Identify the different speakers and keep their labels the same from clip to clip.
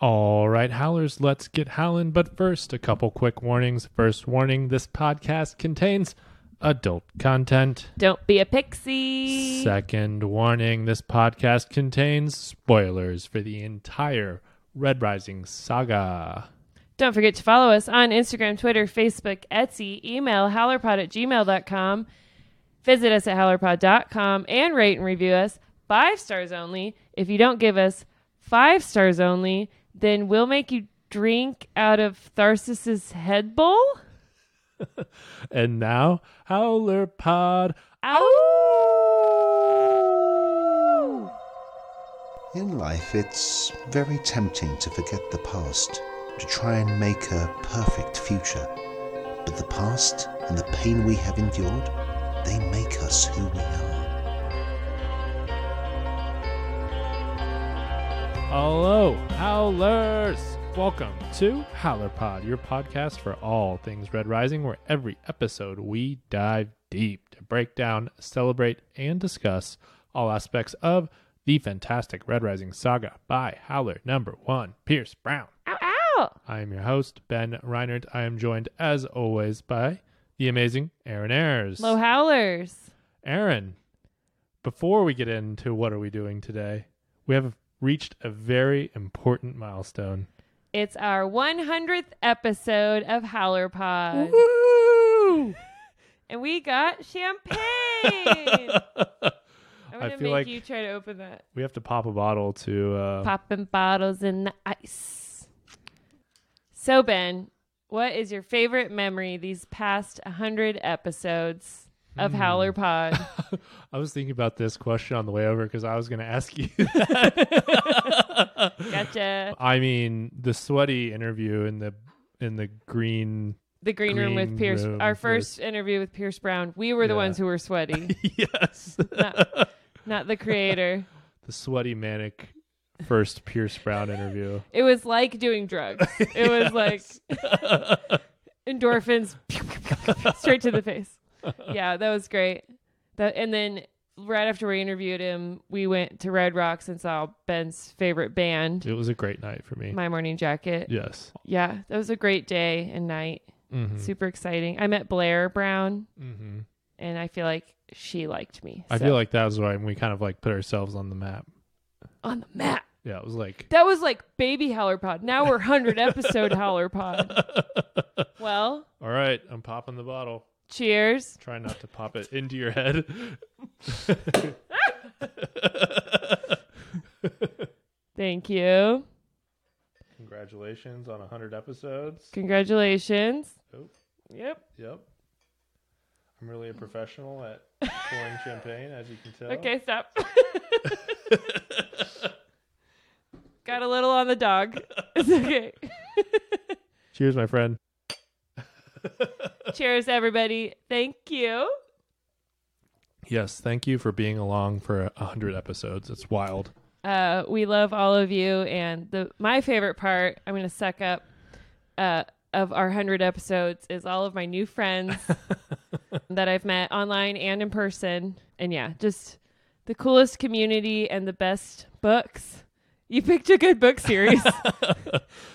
Speaker 1: All right, howlers, let's get howling. But first, a couple quick warnings. First warning this podcast contains adult content.
Speaker 2: Don't be a pixie.
Speaker 1: Second warning this podcast contains spoilers for the entire Red Rising saga.
Speaker 2: Don't forget to follow us on Instagram, Twitter, Facebook, Etsy, email howlerpod at gmail.com. Visit us at howlerpod.com and rate and review us five stars only. If you don't give us five stars only, then we'll make you drink out of Tharcis's head bowl.
Speaker 1: And now, Howler Pod.
Speaker 2: Ow!
Speaker 3: In life, it's very tempting to forget the past, to try and make a perfect future. But the past and the pain we have endured, they make us who we are.
Speaker 1: Hello, Howlers! Welcome to Howler Pod, your podcast for all things Red Rising, where every episode we dive deep to break down, celebrate, and discuss all aspects of the fantastic Red Rising saga by Howler number one, Pierce Brown.
Speaker 2: Ow, ow!
Speaker 1: I am your host, Ben Reinert. I am joined, as always, by the amazing Aaron Ayers.
Speaker 2: Low howlers.
Speaker 1: Aaron, before we get into what are we doing today, we have reached a very important milestone.
Speaker 2: It's our 100th episode of Howler Pod.
Speaker 1: Woo!
Speaker 2: And we got champagne. I'm
Speaker 1: I
Speaker 2: going to
Speaker 1: feel
Speaker 2: make
Speaker 1: like
Speaker 2: you try to open that.
Speaker 1: we have to pop a bottle to. Uh,
Speaker 2: Popping bottles in the ice. So, Ben, what is your favorite memory these past 100 episodes of
Speaker 1: Hmm.
Speaker 2: Howler Pod?
Speaker 1: I was thinking about this question on the way over because I was going to ask you.
Speaker 2: Gotcha.
Speaker 1: I mean, the sweaty interview in the in the green.
Speaker 2: The Green, Room with
Speaker 1: Green
Speaker 2: Pierce.
Speaker 1: Room
Speaker 2: Our
Speaker 1: with-
Speaker 2: first interview with Pierce Brown. We were the
Speaker 1: Yeah.
Speaker 2: ones who were sweaty,
Speaker 1: yes.
Speaker 2: not the creator.
Speaker 1: the sweaty manic first Pierce Brown interview.
Speaker 2: It was like doing drugs. It was like endorphins straight to the face. Yeah, that was great. That and then right after we interviewed him, we went to Red Rocks and saw Ben's favorite band,
Speaker 1: It was a great night for me.
Speaker 2: My Morning Jacket.
Speaker 1: yes.
Speaker 2: Yeah, that was a great day and night.
Speaker 1: Mhm.
Speaker 2: Super exciting. I met Blair Brown
Speaker 1: Mhm.
Speaker 2: and I feel like she liked me.
Speaker 1: I
Speaker 2: So,
Speaker 1: feel like that was when we kind of like put ourselves on the map.
Speaker 2: on the map.
Speaker 1: Yeah, it was like
Speaker 2: That was like baby Howler Pod. Now we're 100 episode Howler Pod. Well,
Speaker 1: All right, I'm popping the bottle.
Speaker 2: cheers.
Speaker 1: Try not to pop it into your head.
Speaker 2: Thank you.
Speaker 1: Congratulations on 100 episodes.
Speaker 2: Congratulations.
Speaker 1: Oh,
Speaker 2: Yep.
Speaker 1: yep. I'm really a professional at pouring champagne, as you can tell.
Speaker 2: Okay, stop. Got a little on the dog. It's okay.
Speaker 1: Cheers, my friend.
Speaker 2: Cheers, everybody. Thank you.
Speaker 1: Yes, thank you for being along for 100 episodes. It's wild.
Speaker 2: Uh, we love all of you, and the my favorite part. I'm gonna suck up. Uh, of our hundred episodes is all of my new friends that I've met online and in person, and yeah, just the coolest community and the best books. You picked a good book series.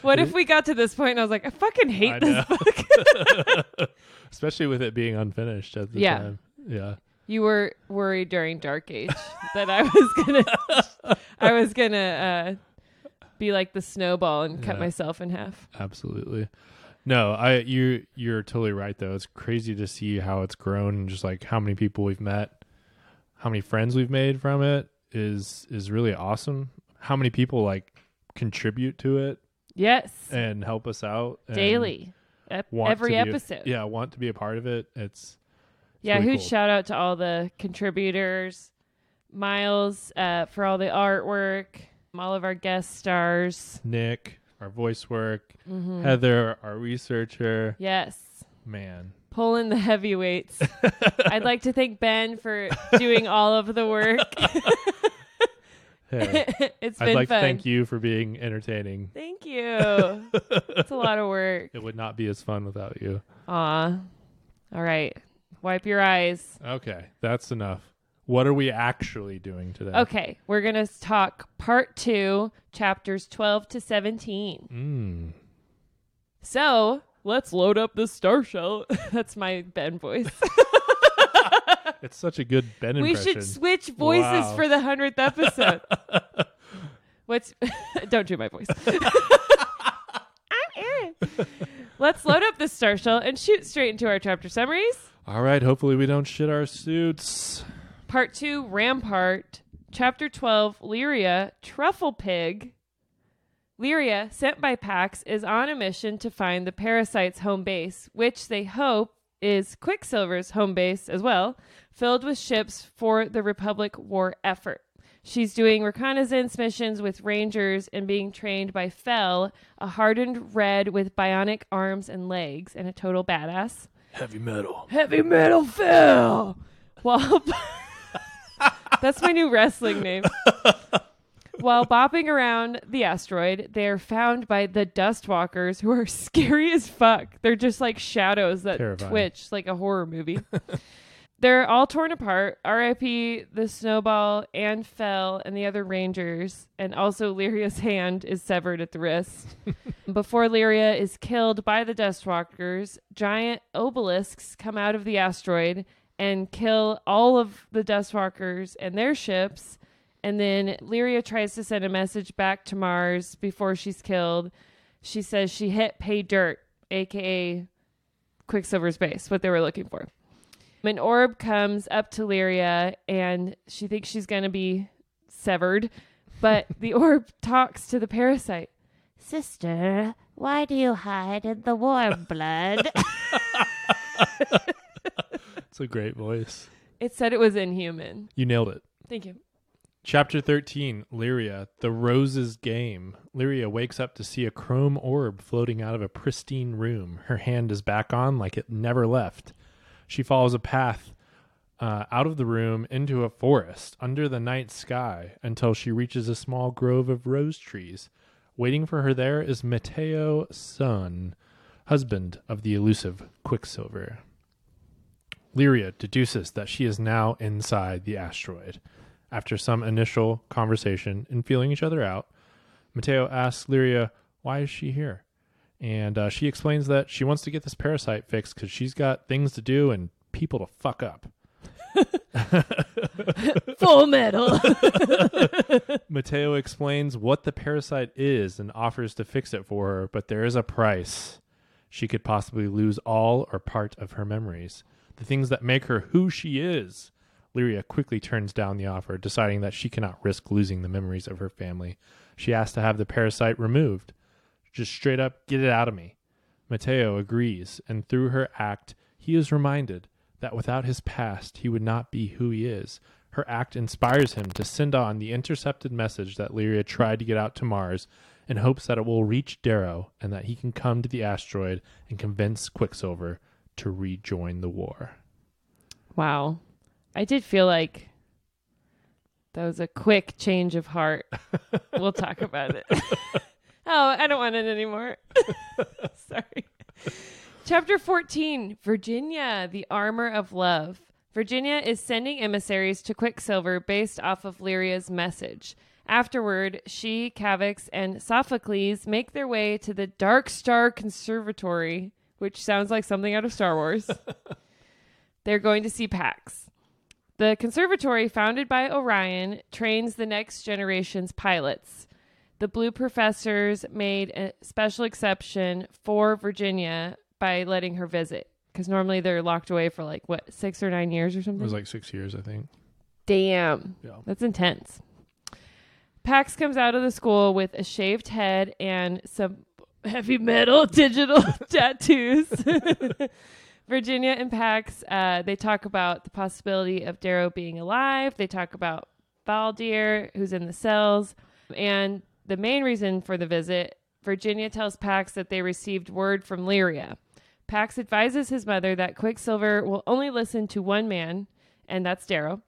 Speaker 2: what if we got to this point and I was like, I fucking hate
Speaker 1: I
Speaker 2: this
Speaker 1: know.
Speaker 2: book.
Speaker 1: Especially with it being unfinished at the
Speaker 2: Yeah.
Speaker 1: time. Yeah.
Speaker 2: You were worried during Dark Age that I was gonna, I was gonna uh, be like the snowball and cut
Speaker 1: Yeah.
Speaker 2: myself in half.
Speaker 1: absolutely no i you you're totally right though it's crazy to see how it's grown and just like how many people we've met how many friends we've made from it is is really awesome how many people like contribute to it
Speaker 2: Yes,
Speaker 1: and help us out and
Speaker 2: daily, Ep-
Speaker 1: want to
Speaker 2: every
Speaker 1: be a-
Speaker 2: episode.
Speaker 1: yeah want to be a part of it it's
Speaker 2: yeah.
Speaker 1: really
Speaker 2: Huge
Speaker 1: cool.
Speaker 2: shout out to all the contributors, Miles uh, for all the artwork, um, all of our guest stars.
Speaker 1: nick our voice work
Speaker 2: Mm-hmm.
Speaker 1: heather our researcher
Speaker 2: Yes,
Speaker 1: man
Speaker 2: pulling the heavyweights. I'd like to thank Ben for doing all of the work.
Speaker 1: hey
Speaker 2: it's been
Speaker 1: i'd like
Speaker 2: fun.
Speaker 1: to thank you for being entertaining
Speaker 2: Thank you. it's a lot of work.
Speaker 1: it would not be as fun without you
Speaker 2: Aw. All right. Wipe your eyes.
Speaker 1: Okay, that's enough. What are we actually doing today?
Speaker 2: Okay, we're going to talk part two, chapters 12 to 17.
Speaker 1: Mm.
Speaker 2: So let's load up the star shell. That's my Ben voice.
Speaker 1: It's such a good Ben
Speaker 2: we
Speaker 1: impression.
Speaker 2: should switch voices
Speaker 1: Wow.
Speaker 2: for the 100th episode. What's. Don't do my voice. I'm Erin. Let's load up the star shell and shoot straight into our chapter summaries.
Speaker 1: All right. Hopefully, we don't shit our suits.
Speaker 2: Part two, Rampart. Chapter 12, Lyria, Truffle Pig. Lyria, sent by Pax, is on a mission to find the parasite's home base, which they hope is Quicksilver's home base as well, filled with ships for the Republic war effort. She's doing reconnaissance missions with Rangers and being trained by Fell, a hardened red with bionic arms and legs and a total badass.
Speaker 1: Heavy metal.
Speaker 2: Heavy Metal Phil. While that's my new wrestling name. While bopping around the asteroid, they are found by the Dustwalkers, who are scary as fuck. They're just like shadows that
Speaker 1: Terrifying.
Speaker 2: twitch like a horror movie. They're all torn apart. R.I.P. the Snowball and Fell and the other Rangers, and also Lyria's hand is severed at the wrist. Before Lyria is killed by the Dustwalkers, giant obelisks come out of the asteroid and kill all of the Dustwalkers and their ships. And then Lyria tries to send a message back to Mars before she's killed. She says she hit pay dirt, aka Quicksilver's base, what they were looking for. An orb comes up to Lyria and she thinks she's going to be severed, but the orb talks to the parasite.
Speaker 4: Sister, why do you hide in the warm blood?
Speaker 1: It's a great voice.
Speaker 2: It said it was inhuman.
Speaker 1: You nailed it.
Speaker 2: Thank you.
Speaker 1: Chapter 13 Lyria, The Roses Game. Lyria wakes up to see a chrome orb floating out of a pristine room. Her hand is back on like it never left. She follows a path uh, out of the room into a forest under the night sky until she reaches a small grove of rose trees. Waiting for her there is Mateo Sun, husband of the elusive Quicksilver. Lyria deduces that she is now inside the asteroid. After some initial conversation and feeling each other out, Mateo asks Lyria, Why is she here? And uh, she explains that she wants to get this parasite fixed because she's got things to do and people to fuck up.
Speaker 2: Full metal.
Speaker 1: Mateo explains what the parasite is and offers to fix it for her, but there is a price. She could possibly lose all or part of her memories, the things that make her who she is. Lyria quickly turns down the offer, deciding that she cannot risk losing the memories of her family. She asks to have the parasite removed. Just straight up, get it out of me. Mateo agrees, and through her act, he is reminded that without his past, he would not be who he is. Her act inspires him to send on the intercepted message that Lyria tried to get out to Mars in hopes that it will reach Darrow and that he can come to the asteroid and convince Quicksilver to rejoin the war.
Speaker 2: wow. I did feel like that was a quick change of heart. we'll talk about it. oh, I don't want it anymore. Sorry. Chapter 14 Virginia, the Armor of Love. Virginia is sending emissaries to Quicksilver based off of Lyria's message. Afterward, she, Cavix, and Sophocles make their way to the Dark Star Conservatory, which sounds like something out of Star Wars. They're going to see Pax. The conservatory, founded by Orion, trains the next generation's pilots. The Blue Professors made a special exception for Virginia by letting her visit because normally they're locked away for like what six or nine years or something.
Speaker 1: It was like six years, I think.
Speaker 2: Damn.
Speaker 1: Yeah.
Speaker 2: That's intense. Pax comes out of the school with a shaved head and some heavy metal digital tattoos. Virginia and Pax, uh, they talk about the possibility of Darrow being alive. They talk about Valdir, who's in the cells. And the main reason for the visit, Virginia tells Pax that they received word from Lyria. Pax advises his mother that Quicksilver will only listen to one man, and that's Darrow.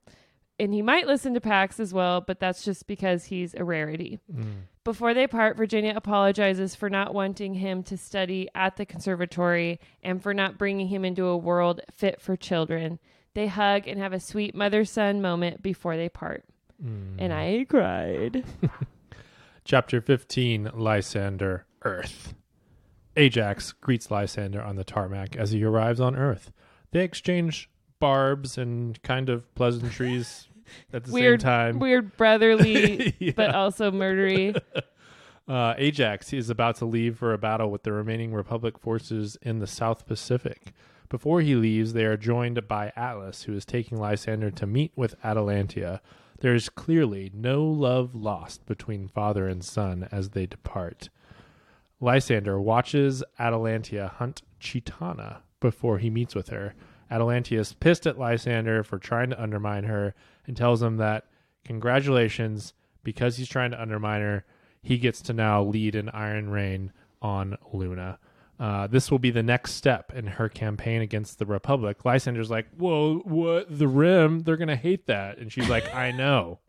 Speaker 2: And he might listen to Pax as well, but that's just because he's a rarity.
Speaker 1: Mm.
Speaker 2: Before they part, Virginia apologizes for not wanting him to study at the conservatory and for not bringing him into a world fit for children. They hug and have a sweet mother son moment before they part.
Speaker 1: Mm.
Speaker 2: And I cried.
Speaker 1: Chapter 15 Lysander, Earth. Ajax greets Lysander on the tarmac as he arrives on Earth. They exchange barbs and kind of pleasantries at the
Speaker 2: weird,
Speaker 1: same time.
Speaker 2: weird brotherly,
Speaker 1: Yeah.
Speaker 2: but also murdery.
Speaker 1: Uh, Ajax is about to leave for a battle with the remaining Republic forces in the South Pacific. Before he leaves, they are joined by Atlas, who is taking Lysander to meet with Atalantia. There is clearly no love lost between father and son as they depart. Lysander watches Atalantia hunt Chitana before he meets with her. Atalantia is pissed at Lysander for trying to undermine her and tells him that, congratulations, because he's trying to undermine her, he gets to now lead an Iron Rain on Luna. Uh, this will be the next step in her campaign against the Republic. Lysander's like, Whoa, what? The Rim? They're going to hate that. And she's like, I know.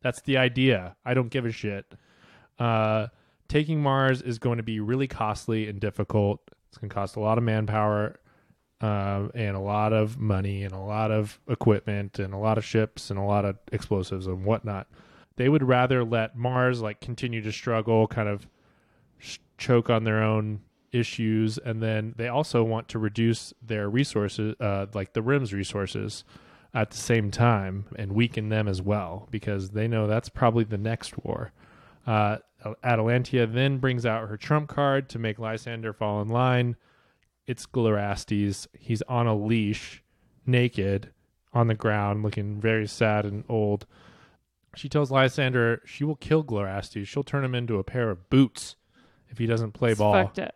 Speaker 1: That's the idea. I don't give a shit. Uh, taking Mars is going to be really costly and difficult. It's going to cost a lot of manpower uh, and a lot of money and a lot of equipment and a lot of ships and a lot of explosives and whatnot. They would rather let Mars like continue to struggle, kind of sh- choke on their own issues, and then they also want to reduce their resources, uh, like the Rim's resources, at the same time and weaken them as well because they know that's probably the next war. Uh, Atalantia then brings out her trump card to make Lysander fall in line. It's Glorastes. He's on a leash, naked, on the ground, looking very sad and old. She tells Lysander she will kill Glorastes. She'll turn him into a pair of boots if he doesn't play
Speaker 2: It's
Speaker 1: ball
Speaker 2: fucked up.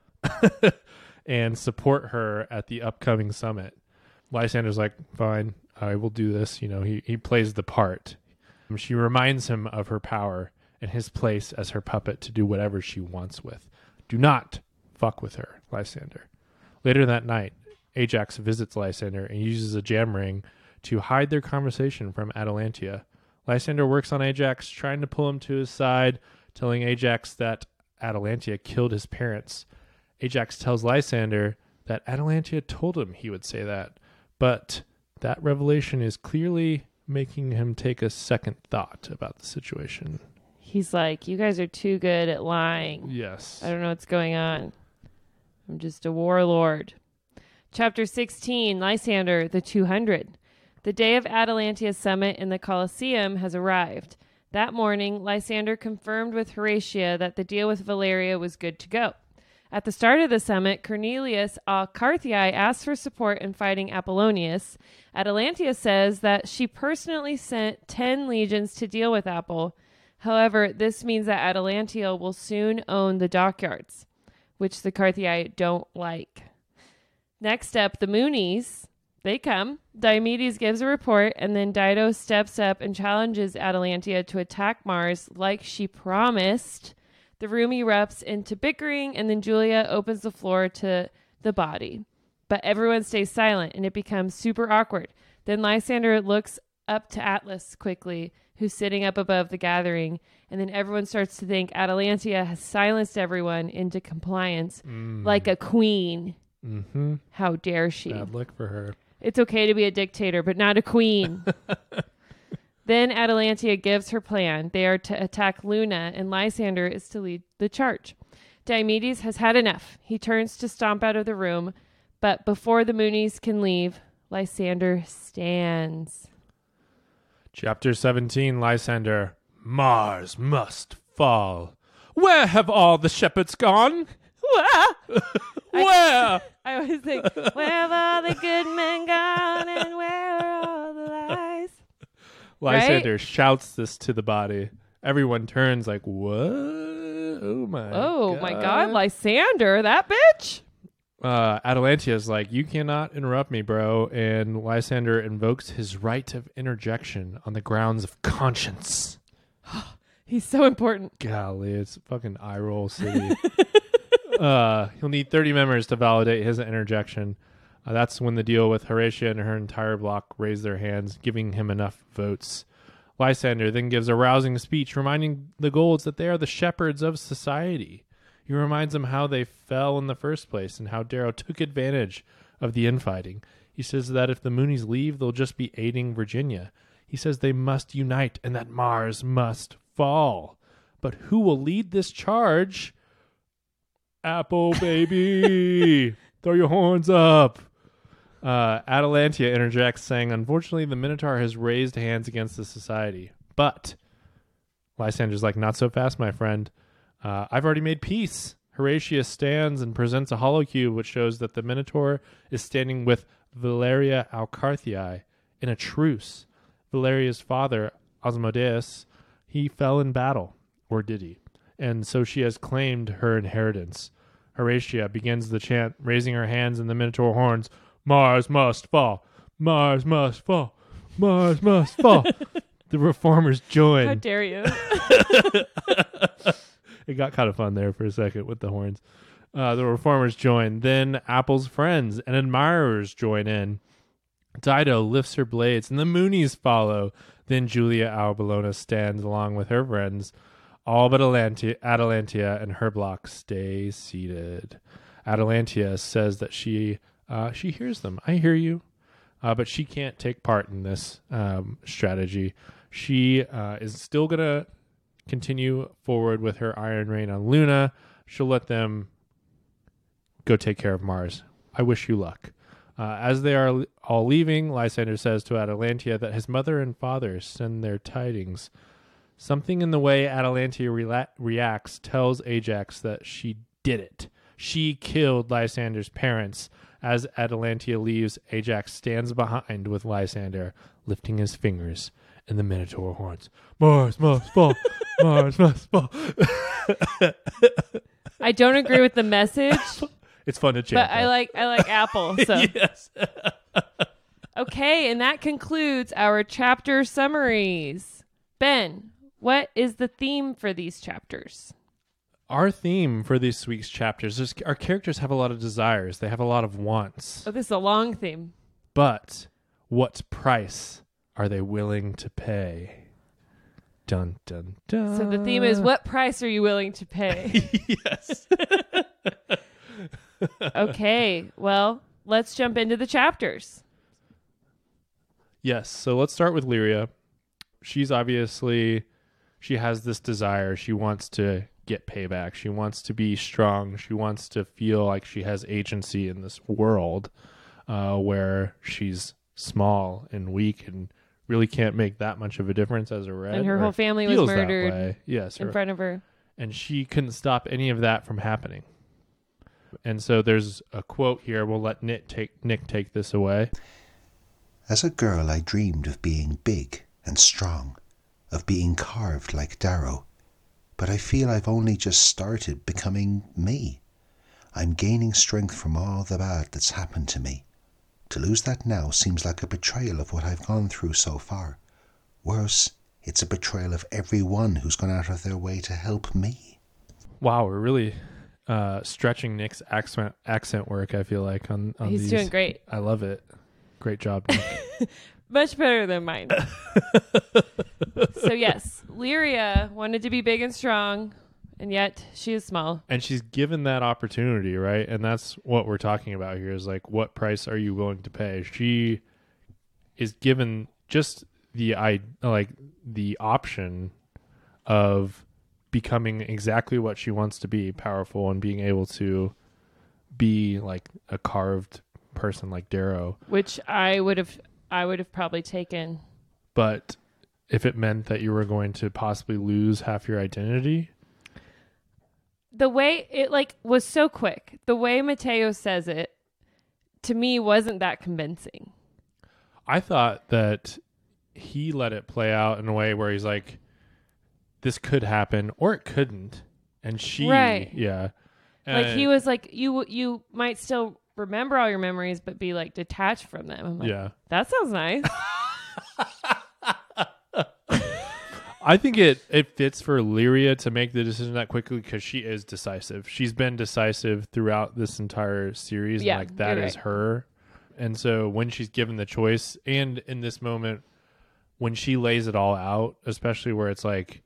Speaker 1: and support her at the upcoming summit. Lysander's like, fine, I will do this. You know, he, he plays the part. Um, She reminds him of her power and his place as her puppet to do whatever she wants with. Do not fuck with her, Lysander. Later that night, Ajax visits Lysander and uses a jam ring to hide their conversation from Atalantia. Lysander works on Ajax, trying to pull him to his side, telling Ajax that Atalantia killed his parents. Ajax tells Lysander that Atalantia told him he would say that, but that revelation is clearly making him take a second thought about the situation.
Speaker 2: He's like, You guys are too good at lying.
Speaker 1: Yes.
Speaker 2: I don't know what's going on. I'm just a warlord. Chapter 16 Lysander, the 200. The day of Atalantia's summit in the Colosseum has arrived. That morning, Lysander confirmed with Horatia that the deal with Valeria was good to go. At the start of the summit, Cornelius a Carthii asks for support in fighting Apollonius. Atalantia says that she personally sent 10 legions to deal with Apple. However, this means that Atalantia will soon own the dockyards, which the Carthii don't like. Next up, the Moonies. They come. Diomedes gives a report, and then Dido steps up and challenges Atalantia to attack Mars like she promised. The room erupts into bickering, and then Julia opens the floor to the body. But everyone stays silent, and it becomes super awkward. Then Lysander looks up to Atlas quickly, who's sitting up above the gathering, and then everyone starts to think Atalantia has silenced everyone into compliance like a queen.
Speaker 1: Mm-hmm.
Speaker 2: How dare she?
Speaker 1: Bad luck for her.
Speaker 2: It's okay to be a dictator, but not a queen. then Atalantia gives her plan. They are to attack Luna, and Lysander is to lead the charge. Diomedes has had enough. He turns to stomp out of the room, but before the Moonies can leave, Lysander stands.
Speaker 1: Chapter 17 Lysander Mars must fall. Where have all the shepherds gone? Where?
Speaker 2: I was like, where have all the good men gone, and where are all the lies?
Speaker 1: Lysander shouts this to the body. Everyone turns like, what? Oh my
Speaker 2: Oh my God, Lysander, that bitch!
Speaker 1: uh, Atalantia is like, You cannot interrupt me, bro. And Lysander invokes his right of interjection on the grounds of conscience.
Speaker 2: He's so important.
Speaker 1: Golly, it's fucking eye roll city. uh, he'll need 30 members to validate his interjection. Uh, that's when the deal with Horatia and her entire block raise their hands, giving him enough votes. Lysander then gives a rousing speech, reminding the Golds that they are the shepherds of society. He reminds them how they fell in the first place and how Darrow took advantage of the infighting. He says that if the Moonies leave, they'll just be aiding Virginia. He says they must unite and that Mars must fall. But who will lead this charge? Apple baby, throw your horns up. Uh, Atalantia interjects, saying, Unfortunately, the Minotaur has raised hands against the society. But Lysander's like, Not so fast, my friend. Uh, I've already made peace. Horatius stands and presents a hollow cube, which shows that the Minotaur is standing with Valeria Alcarthii in a truce. Valeria's father, Osmodeus, he fell in battle, or did he? And so she has claimed her inheritance. Horatia begins the chant, raising her hands in the Minotaur horns Mars must fall! Mars must fall! Mars must fall! the reformers join.
Speaker 2: How dare you?
Speaker 1: it got kind of fun there for a second with the horns. Uh, the reformers join. Then Apple's friends and admirers join in. Dido lifts her blades, and the Moonies follow. Then Julia Albalona stands along with her friends. All but Alantia, Atalantia and her block stay seated. Atalantia says that she uh, she hears them. I hear you, uh, but she can't take part in this um, strategy. She uh, is still gonna continue forward with her Iron Rain on Luna. She'll let them go take care of Mars. I wish you luck. Uh, as they are all leaving, Lysander says to Atalantia that his mother and father send their tidings. Something in the way Atalantia rela- reacts tells Ajax that she did it. She killed Lysander's parents. As Atalantia leaves, Ajax stands behind with Lysander, lifting his fingers and the Minotaur horns. Mars must fall. Mars must fall.
Speaker 2: I don't agree with the message,
Speaker 1: It's fun to chant.
Speaker 2: but I
Speaker 1: though.
Speaker 2: like I like Apple. So
Speaker 1: yes.
Speaker 2: okay, and that concludes our chapter summaries. Ben, what is the theme for these chapters?
Speaker 1: Our theme for this week's chapters is our characters have a lot of desires. They have a lot of wants.
Speaker 2: Oh, this is a long theme.
Speaker 1: But what price are they willing to pay? Dun dun dun.
Speaker 2: So the theme is what price are you willing to pay?
Speaker 1: Uh. yes.
Speaker 2: okay, well, let's jump into the chapters.
Speaker 1: Yes. So let's start with Lyria. She's obviously she has this desire. She wants to get payback. She wants to be strong. She wants to feel like she has agency in this world uh, where she's small and weak and really can't make that much of a difference as a red.
Speaker 2: And her
Speaker 1: or
Speaker 2: whole family was
Speaker 1: feels that
Speaker 2: murdered
Speaker 1: way. Yes, her-
Speaker 2: In front of her.
Speaker 1: and she couldn't stop any of that from happening. And so there's a quote here. We'll let Nick take Nick take this away.
Speaker 3: As a girl, I dreamed of being big and strong, of being carved like Darrow, but I feel I've only just started becoming me. I'm gaining strength from all the bad that's happened to me. To lose that now seems like a betrayal of what I've gone through so far. Worse, it's a betrayal of everyone who's gone out of their way to help me.
Speaker 1: Wow, we're really uh, stretching Nick's accent accent work. I feel like on, on
Speaker 2: He's
Speaker 1: these.
Speaker 2: doing great.
Speaker 1: I love it. Great job. Nick.
Speaker 2: Much better than mine. so yes, Lyria wanted to be big and strong, and yet she is small.
Speaker 1: and she's given that opportunity, right? And that's what we're talking about here is like what price are you willing to pay? She is given just the i like the option of becoming exactly what she wants to be, powerful and being able to be like a carved person like Darrow.
Speaker 2: Which I would have I would have probably taken.
Speaker 1: but if it meant that you were going to possibly lose half your identity,
Speaker 2: The way it like was so quick. The way Mateo says it to me wasn't that convincing.
Speaker 1: I thought that he let it play out in a way where he's like, this could happen or it couldn't. And she,
Speaker 2: Right.
Speaker 1: yeah.
Speaker 2: like he was like you you might still remember all your memories but be like detached from them. I'm like,
Speaker 1: yeah.
Speaker 2: That sounds nice.
Speaker 1: I think it, it fits for Lyria to make the decision that quickly because she is decisive. She's been decisive throughout this entire series.
Speaker 2: Yeah,
Speaker 1: and like that
Speaker 2: you're
Speaker 1: is
Speaker 2: right.
Speaker 1: her. And so when she's given the choice, and in this moment, when she lays it all out, especially where it's like,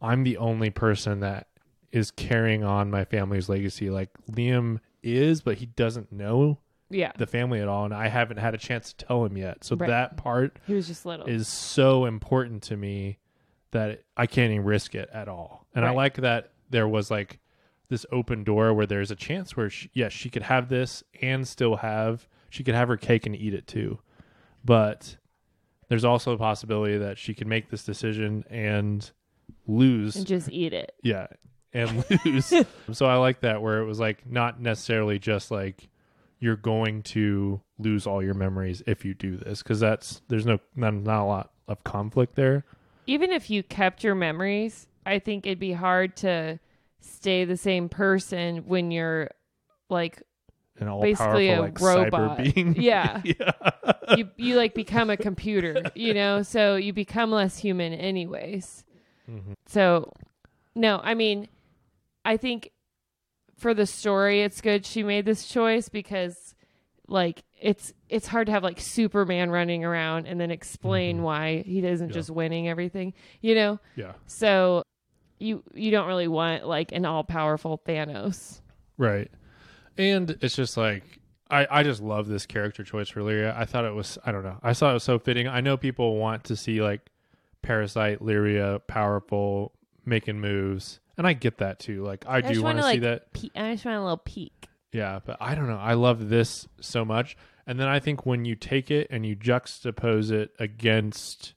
Speaker 1: I'm the only person that is carrying on my family's legacy. Like Liam is, but he doesn't know
Speaker 2: Yeah.
Speaker 1: the family at all, and I haven't had a chance to tell him yet. So
Speaker 2: Right.
Speaker 1: that part
Speaker 2: He was just little.
Speaker 1: is so important to me that it- I can't even risk it at all. And I
Speaker 2: Right.
Speaker 1: like that there was like this open door where there's a chance where she, yes, she could have this and still have she could have her cake and eat it too. But there's also a possibility that she could make this decision and lose
Speaker 2: and just eat it.
Speaker 1: yeah, and lose. so I like that where it was like not necessarily just like you're going to lose all your memories if you do this because that's there's no not, not a lot of conflict there.
Speaker 2: Even if you kept your memories, I think it'd be hard to stay the same person when you're like
Speaker 1: An all
Speaker 2: basically
Speaker 1: powerful
Speaker 2: a
Speaker 1: like
Speaker 2: robot.
Speaker 1: cyber being.
Speaker 2: Yeah.
Speaker 1: yeah.
Speaker 2: you you like become a computer, you know, so you become less human anyways.
Speaker 1: Mhm.
Speaker 2: So no, I mean I think for the story it's good she made this choice because like it's it's hard to have like Superman running around and then explain why he isn't
Speaker 1: Mm-hmm. Yeah.
Speaker 2: just winning everything, you know.
Speaker 1: Yeah.
Speaker 2: So you you don't really want like an all-powerful Thanos.
Speaker 1: Right. And it's just like I, I just love this character choice for Lyria. I thought it was I don't know. I thought it was so fitting. I know people want to see like Parasite, Lyria, powerful, making moves. And I get that too. Like I, do want to see
Speaker 2: like
Speaker 1: that.
Speaker 2: pe- I just want a little peek.
Speaker 1: Yeah, but I don't know. I love this so much. And then I think when you take it and you juxtapose it against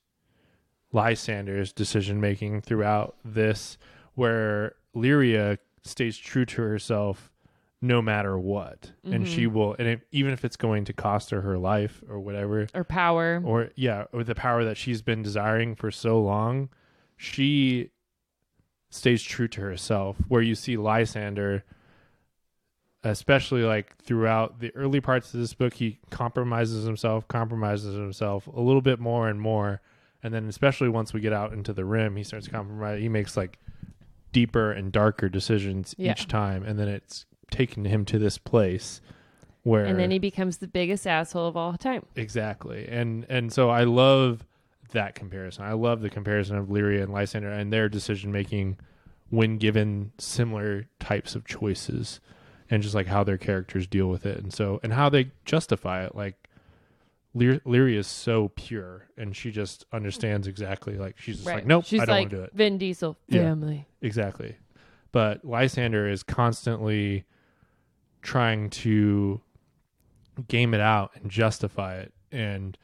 Speaker 1: Lysander's decision making throughout this, where Lyria stays true to herself no matter what. And she will, and if even if it's going to cost her her life or whatever,
Speaker 2: Or power.
Speaker 1: or yeah, or the power that she's been desiring for so long, she stays true to herself. Where you see Lysander, especially like throughout the early parts of this book, he compromises himself, compromises himself a little bit more and more. And then, especially once we get out into the rim, he starts compromising. He makes like deeper and darker decisions
Speaker 2: Yeah.
Speaker 1: each time. And then it's taken him to this place where.
Speaker 2: and then he becomes the biggest asshole of all time.
Speaker 1: Exactly. And and so I love that comparison. I love the comparison of Lyria and Lysander and their decision making when given similar types of choices and just like how their characters deal with it and so and how they justify it like Ly- Lyria is so pure and she just understands exactly like she's just like nope
Speaker 2: She's
Speaker 1: I don't
Speaker 2: like
Speaker 1: want to do it
Speaker 2: Vin Diesel
Speaker 1: Yeah.
Speaker 2: family.
Speaker 1: Exactly. But Lysander is constantly trying to game it out and justify it and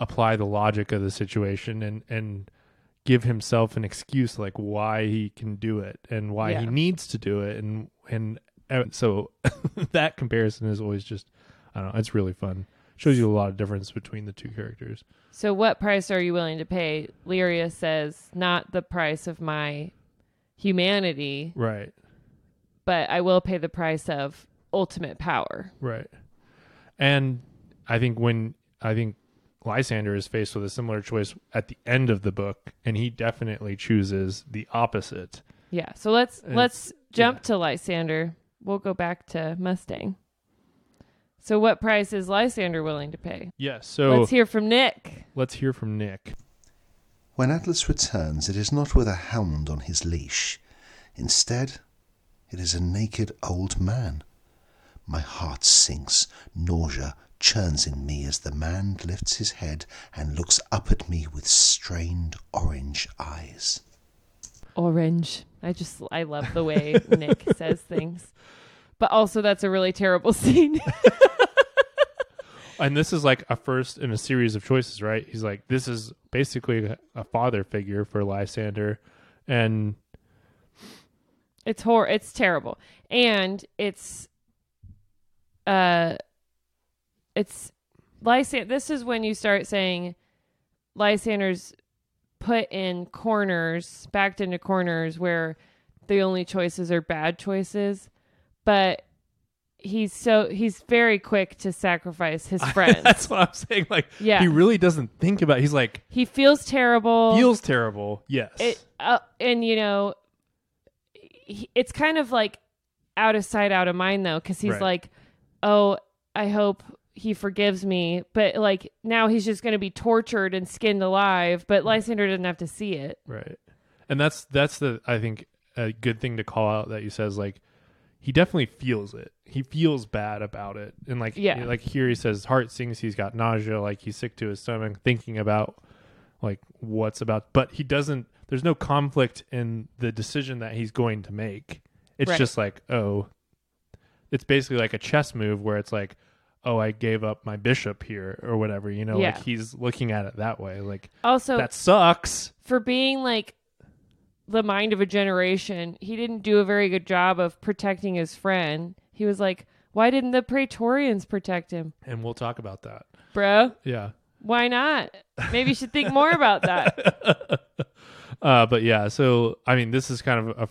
Speaker 1: apply the logic of the situation and and give himself an excuse like why he can do it and why he
Speaker 2: Yeah.
Speaker 1: needs to do it and and uh, so that comparison is always just I don't know it's really fun shows you a lot of difference between the two characters
Speaker 2: So what price are you willing to pay? Lyria says, not the price of my humanity,
Speaker 1: right
Speaker 2: but I will pay the price of ultimate power.
Speaker 1: Right. And I think when I think Lysander is faced with a similar choice at the end of the book, and he definitely chooses the opposite.
Speaker 2: Yeah. So let's
Speaker 1: And
Speaker 2: let's jump
Speaker 1: yeah.
Speaker 2: to Lysander. We'll go back to Mustang. So what price is Lysander willing to pay?
Speaker 1: Yes. so
Speaker 2: Let's hear from Nick.
Speaker 1: let's hear from Nick.
Speaker 3: When Atlas returns, it is not with a hound on his leash. Instead, it is a naked old man. My heart sinks, nausea churns in me as the man lifts his head and looks up at me with strained orange eyes.
Speaker 2: orange. I just I love the way Nick says things. But also that's a really terrible scene.
Speaker 1: And this is like a first in a series of choices, right? He's like, this is basically a father figure for Lysander. And
Speaker 2: it's hor it's terrible. And it's uh it's Lysander this is when you start saying Lysander's put in corners, backed into corners where the only choices are bad choices. But he's so he's very quick to sacrifice his friends.
Speaker 1: that's what I'm saying. Like,
Speaker 2: Yeah.
Speaker 1: he really doesn't think about. He's like,
Speaker 2: he feels terrible.
Speaker 1: feels terrible. Yes.
Speaker 2: it uh, and you know he- it's kind of like out of sight out of mind though because he's
Speaker 1: Right.
Speaker 2: like oh i hope he forgives me but like now he's just going to be tortured and skinned alive
Speaker 1: Mm.
Speaker 2: but lysander doesn't have to see it
Speaker 1: Right. And that's that's the I think a good thing to call out that you says like he definitely feels it. He feels bad about it. And like
Speaker 2: Yeah.
Speaker 1: like here he says his heart sinks, he's got nausea, like he's sick to his stomach thinking about like what's about but he doesn't there's no conflict in the decision that he's going to make. It's
Speaker 2: Right.
Speaker 1: just like, oh, it's basically like a chess move where it's like, oh, I gave up my bishop here or whatever, you know,
Speaker 2: Yeah. Oh.
Speaker 1: like he's looking at it that way. Like
Speaker 2: Also,
Speaker 1: that sucks.
Speaker 2: for being like the mind of a generation, he didn't do a very good job of protecting his friend. He was like, why didn't the Praetorians protect him,
Speaker 1: And we'll talk about that.
Speaker 2: bro?
Speaker 1: Yeah.
Speaker 2: Why not? Maybe you should think more about that.
Speaker 1: uh, but yeah, so I mean, this is kind of a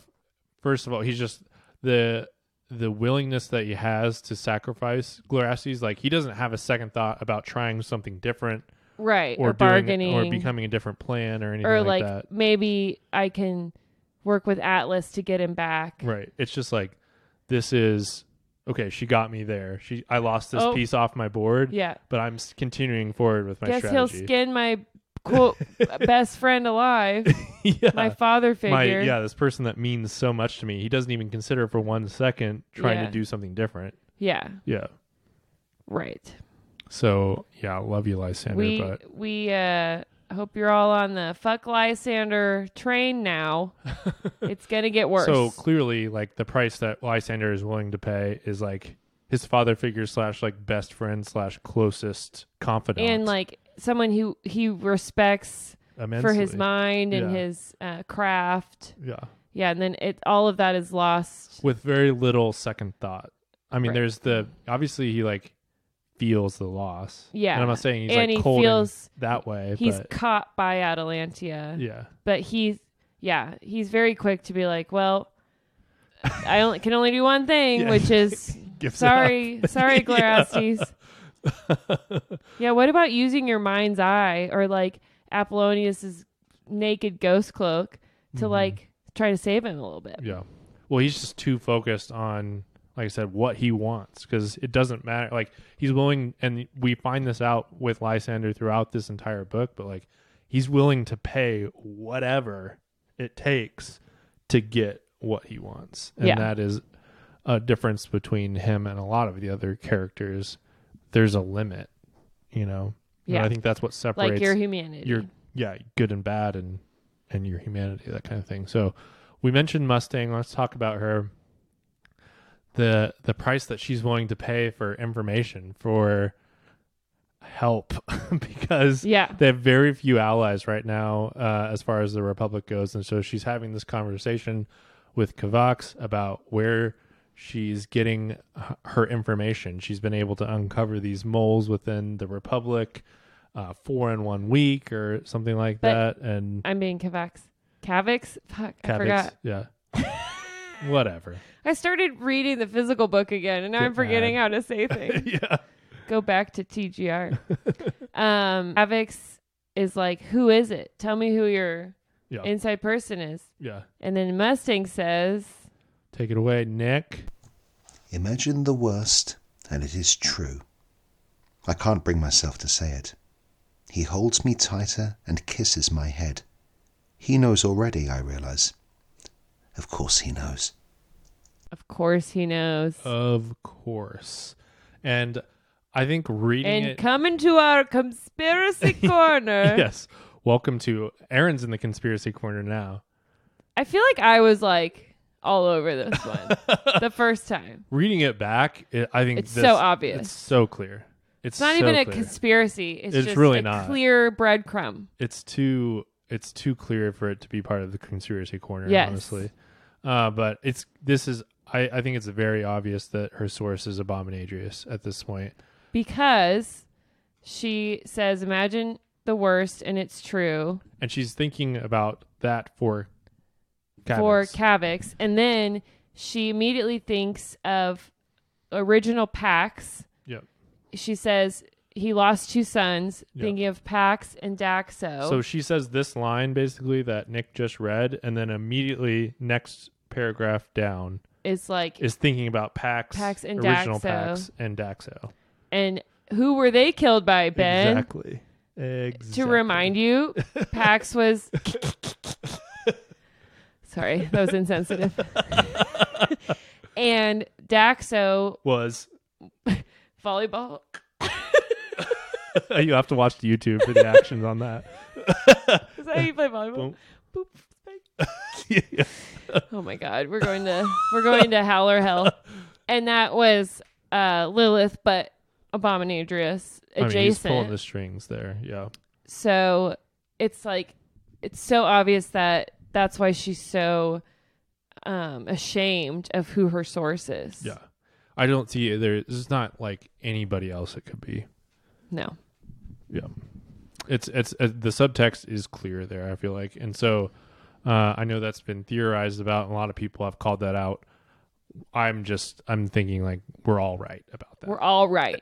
Speaker 1: first of all, he's just the the willingness that he has to sacrifice Glorastes. Like he doesn't have a second thought about trying something different
Speaker 2: Right.
Speaker 1: or, doing
Speaker 2: Or,
Speaker 1: it-
Speaker 2: bargaining.
Speaker 1: or becoming a different plan or anything
Speaker 2: or
Speaker 1: like,
Speaker 2: like,
Speaker 1: that.
Speaker 2: maybe I can work with Atlas to get him back.
Speaker 1: Right. It's just like this is okay. She got me there. She I lost this
Speaker 2: Oh.
Speaker 1: piece off my board,
Speaker 2: Yeah.
Speaker 1: but I'm s- continuing forward with my
Speaker 2: Guess he'll
Speaker 1: strategy.
Speaker 2: skin my quote best friend alive,
Speaker 1: yeah.
Speaker 2: my father figure.
Speaker 1: my yeah this person that means so much to me he doesn't even consider for one second trying
Speaker 2: Yeah.
Speaker 1: to do something different
Speaker 2: Yeah,
Speaker 1: yeah
Speaker 2: Right.
Speaker 1: so yeah love you lysander
Speaker 2: we
Speaker 1: but
Speaker 2: we uh hope you're all on the fuck Lysander train now. it's gonna get worse.
Speaker 1: so clearly like the price that lysander is willing to pay is like his father figure slash like best friend slash closest confidant
Speaker 2: and like someone who he respects
Speaker 1: immensely.
Speaker 2: for his mind and
Speaker 1: Yeah.
Speaker 2: his uh, craft.
Speaker 1: yeah
Speaker 2: Yeah, and then it all of that is lost.
Speaker 1: with very little second thought i mean
Speaker 2: Right.
Speaker 1: there's the obviously he like feels the loss
Speaker 2: Yeah.
Speaker 1: and i'm not saying he's
Speaker 2: And
Speaker 1: like
Speaker 2: he
Speaker 1: cold and
Speaker 2: feels-
Speaker 1: that way
Speaker 2: He's
Speaker 1: but
Speaker 2: caught by Atalantia,
Speaker 1: yeah
Speaker 2: but he's yeah, he's very quick to be like, well. I only, can only do one thing,
Speaker 1: Yeah.
Speaker 2: which is
Speaker 1: Gives it
Speaker 2: sorry, sorry,
Speaker 1: Yeah.
Speaker 2: Glorastes. Yeah, what about using your mind's eye or like Apollonius's naked ghost cloak to like try to save him a little bit?
Speaker 1: Mm-hmm. Yeah. Well, he's just too focused on, like I said, what he wants because it doesn't matter. Like he's willing, and we find this out with Lysander throughout this entire book. But like, he's willing to pay whatever it takes to get what he wants, and
Speaker 2: Yeah.
Speaker 1: that is a difference between him and a lot of the other characters. There's a limit, you know. And
Speaker 2: Yeah.
Speaker 1: I think that's what separates
Speaker 2: Like your humanity.
Speaker 1: your yeah good and bad and and your humanity that kind of thing so we mentioned mustang let's talk about her the the price that she's willing to pay for information for help because
Speaker 2: yeah.
Speaker 1: they have very few allies right now uh, as far as the republic goes and so she's having this conversation with kavax about where she's getting h- her information she's been able to uncover these moles within the republic uh, four in one week or something like
Speaker 2: But-
Speaker 1: that and
Speaker 2: I'm being Kavax. Kavix? Fuck, I
Speaker 1: Kavix-
Speaker 2: forgot.
Speaker 1: yeah whatever
Speaker 2: I started reading the physical book again and now I'm
Speaker 1: Get
Speaker 2: forgetting how to say things.
Speaker 1: yeah
Speaker 2: Go back to TGR. um Kavix is like, Who is it? Tell me who your
Speaker 1: Yeah.
Speaker 2: inside person is.
Speaker 1: yeah
Speaker 2: And then Mustang says
Speaker 1: take it away nick
Speaker 3: Imagine the worst, and it is true. I can't bring myself to say it. He holds me tighter and kisses my head. He knows already, I realize. Of course he knows.
Speaker 2: Of course he knows.
Speaker 1: of course and i think reading
Speaker 2: and
Speaker 1: it
Speaker 2: coming to our conspiracy corner.
Speaker 1: yes. Welcome to Aaron's in the conspiracy corner now.
Speaker 2: I feel like I was like all over this one the first time.
Speaker 1: Reading it back, it, I think
Speaker 2: It's
Speaker 1: this-
Speaker 2: so obvious.
Speaker 1: It's so clear. It's,
Speaker 2: It's not
Speaker 1: so
Speaker 2: even a
Speaker 1: clear.
Speaker 2: conspiracy. It's,
Speaker 1: It's
Speaker 2: just
Speaker 1: really
Speaker 2: a
Speaker 1: not.
Speaker 2: clear breadcrumb.
Speaker 1: It's too. It's too clear for it to be part of the conspiracy corner.
Speaker 2: Yes.
Speaker 1: Honestly, uh, but it's this is. I, I think it's very obvious that her source is Abominadrius at this point.
Speaker 2: Because she says, Imagine the worst and it's true
Speaker 1: And she's thinking about that for Kavix.
Speaker 2: for Kavix. And then she immediately thinks of original Pax.
Speaker 1: Yep.
Speaker 2: She says he lost two sons,
Speaker 1: Yeah.
Speaker 2: thinking of Pax and Daxo.
Speaker 1: So she says this line basically that Nick just read, and then immediately next paragraph down,
Speaker 2: it's like
Speaker 1: is thinking about Pax,
Speaker 2: Pax and
Speaker 1: original
Speaker 2: Daxo.
Speaker 1: Pax and Daxo.
Speaker 2: and who were they killed by, Ben?
Speaker 1: Exactly. exactly.
Speaker 2: To remind you, Pax was. Sorry, that was insensitive. and Daxo
Speaker 1: was
Speaker 2: volleyball.
Speaker 1: Uh, you have to watch the YouTube for the actions on that.
Speaker 2: Is that how you play volleyball?
Speaker 1: Boom.
Speaker 2: Boop. Oh my god, we're going to we're going to howler hell. And that was uh Lilith, but Abominadrius
Speaker 1: I mean, he's
Speaker 2: adjacent.
Speaker 1: pulling the strings there. Yeah.
Speaker 2: so it's like it's so obvious that that's why she's so um ashamed of who her source is.
Speaker 1: Yeah. I don't see there. There's not like anybody else it could be.
Speaker 2: No.
Speaker 1: Yeah. It's it's uh, the subtext is clear there. I feel like, and so uh, I know that's been theorized about, and a lot of people have called that out. I'm just I'm thinking like we're all right about that.
Speaker 2: We're all right.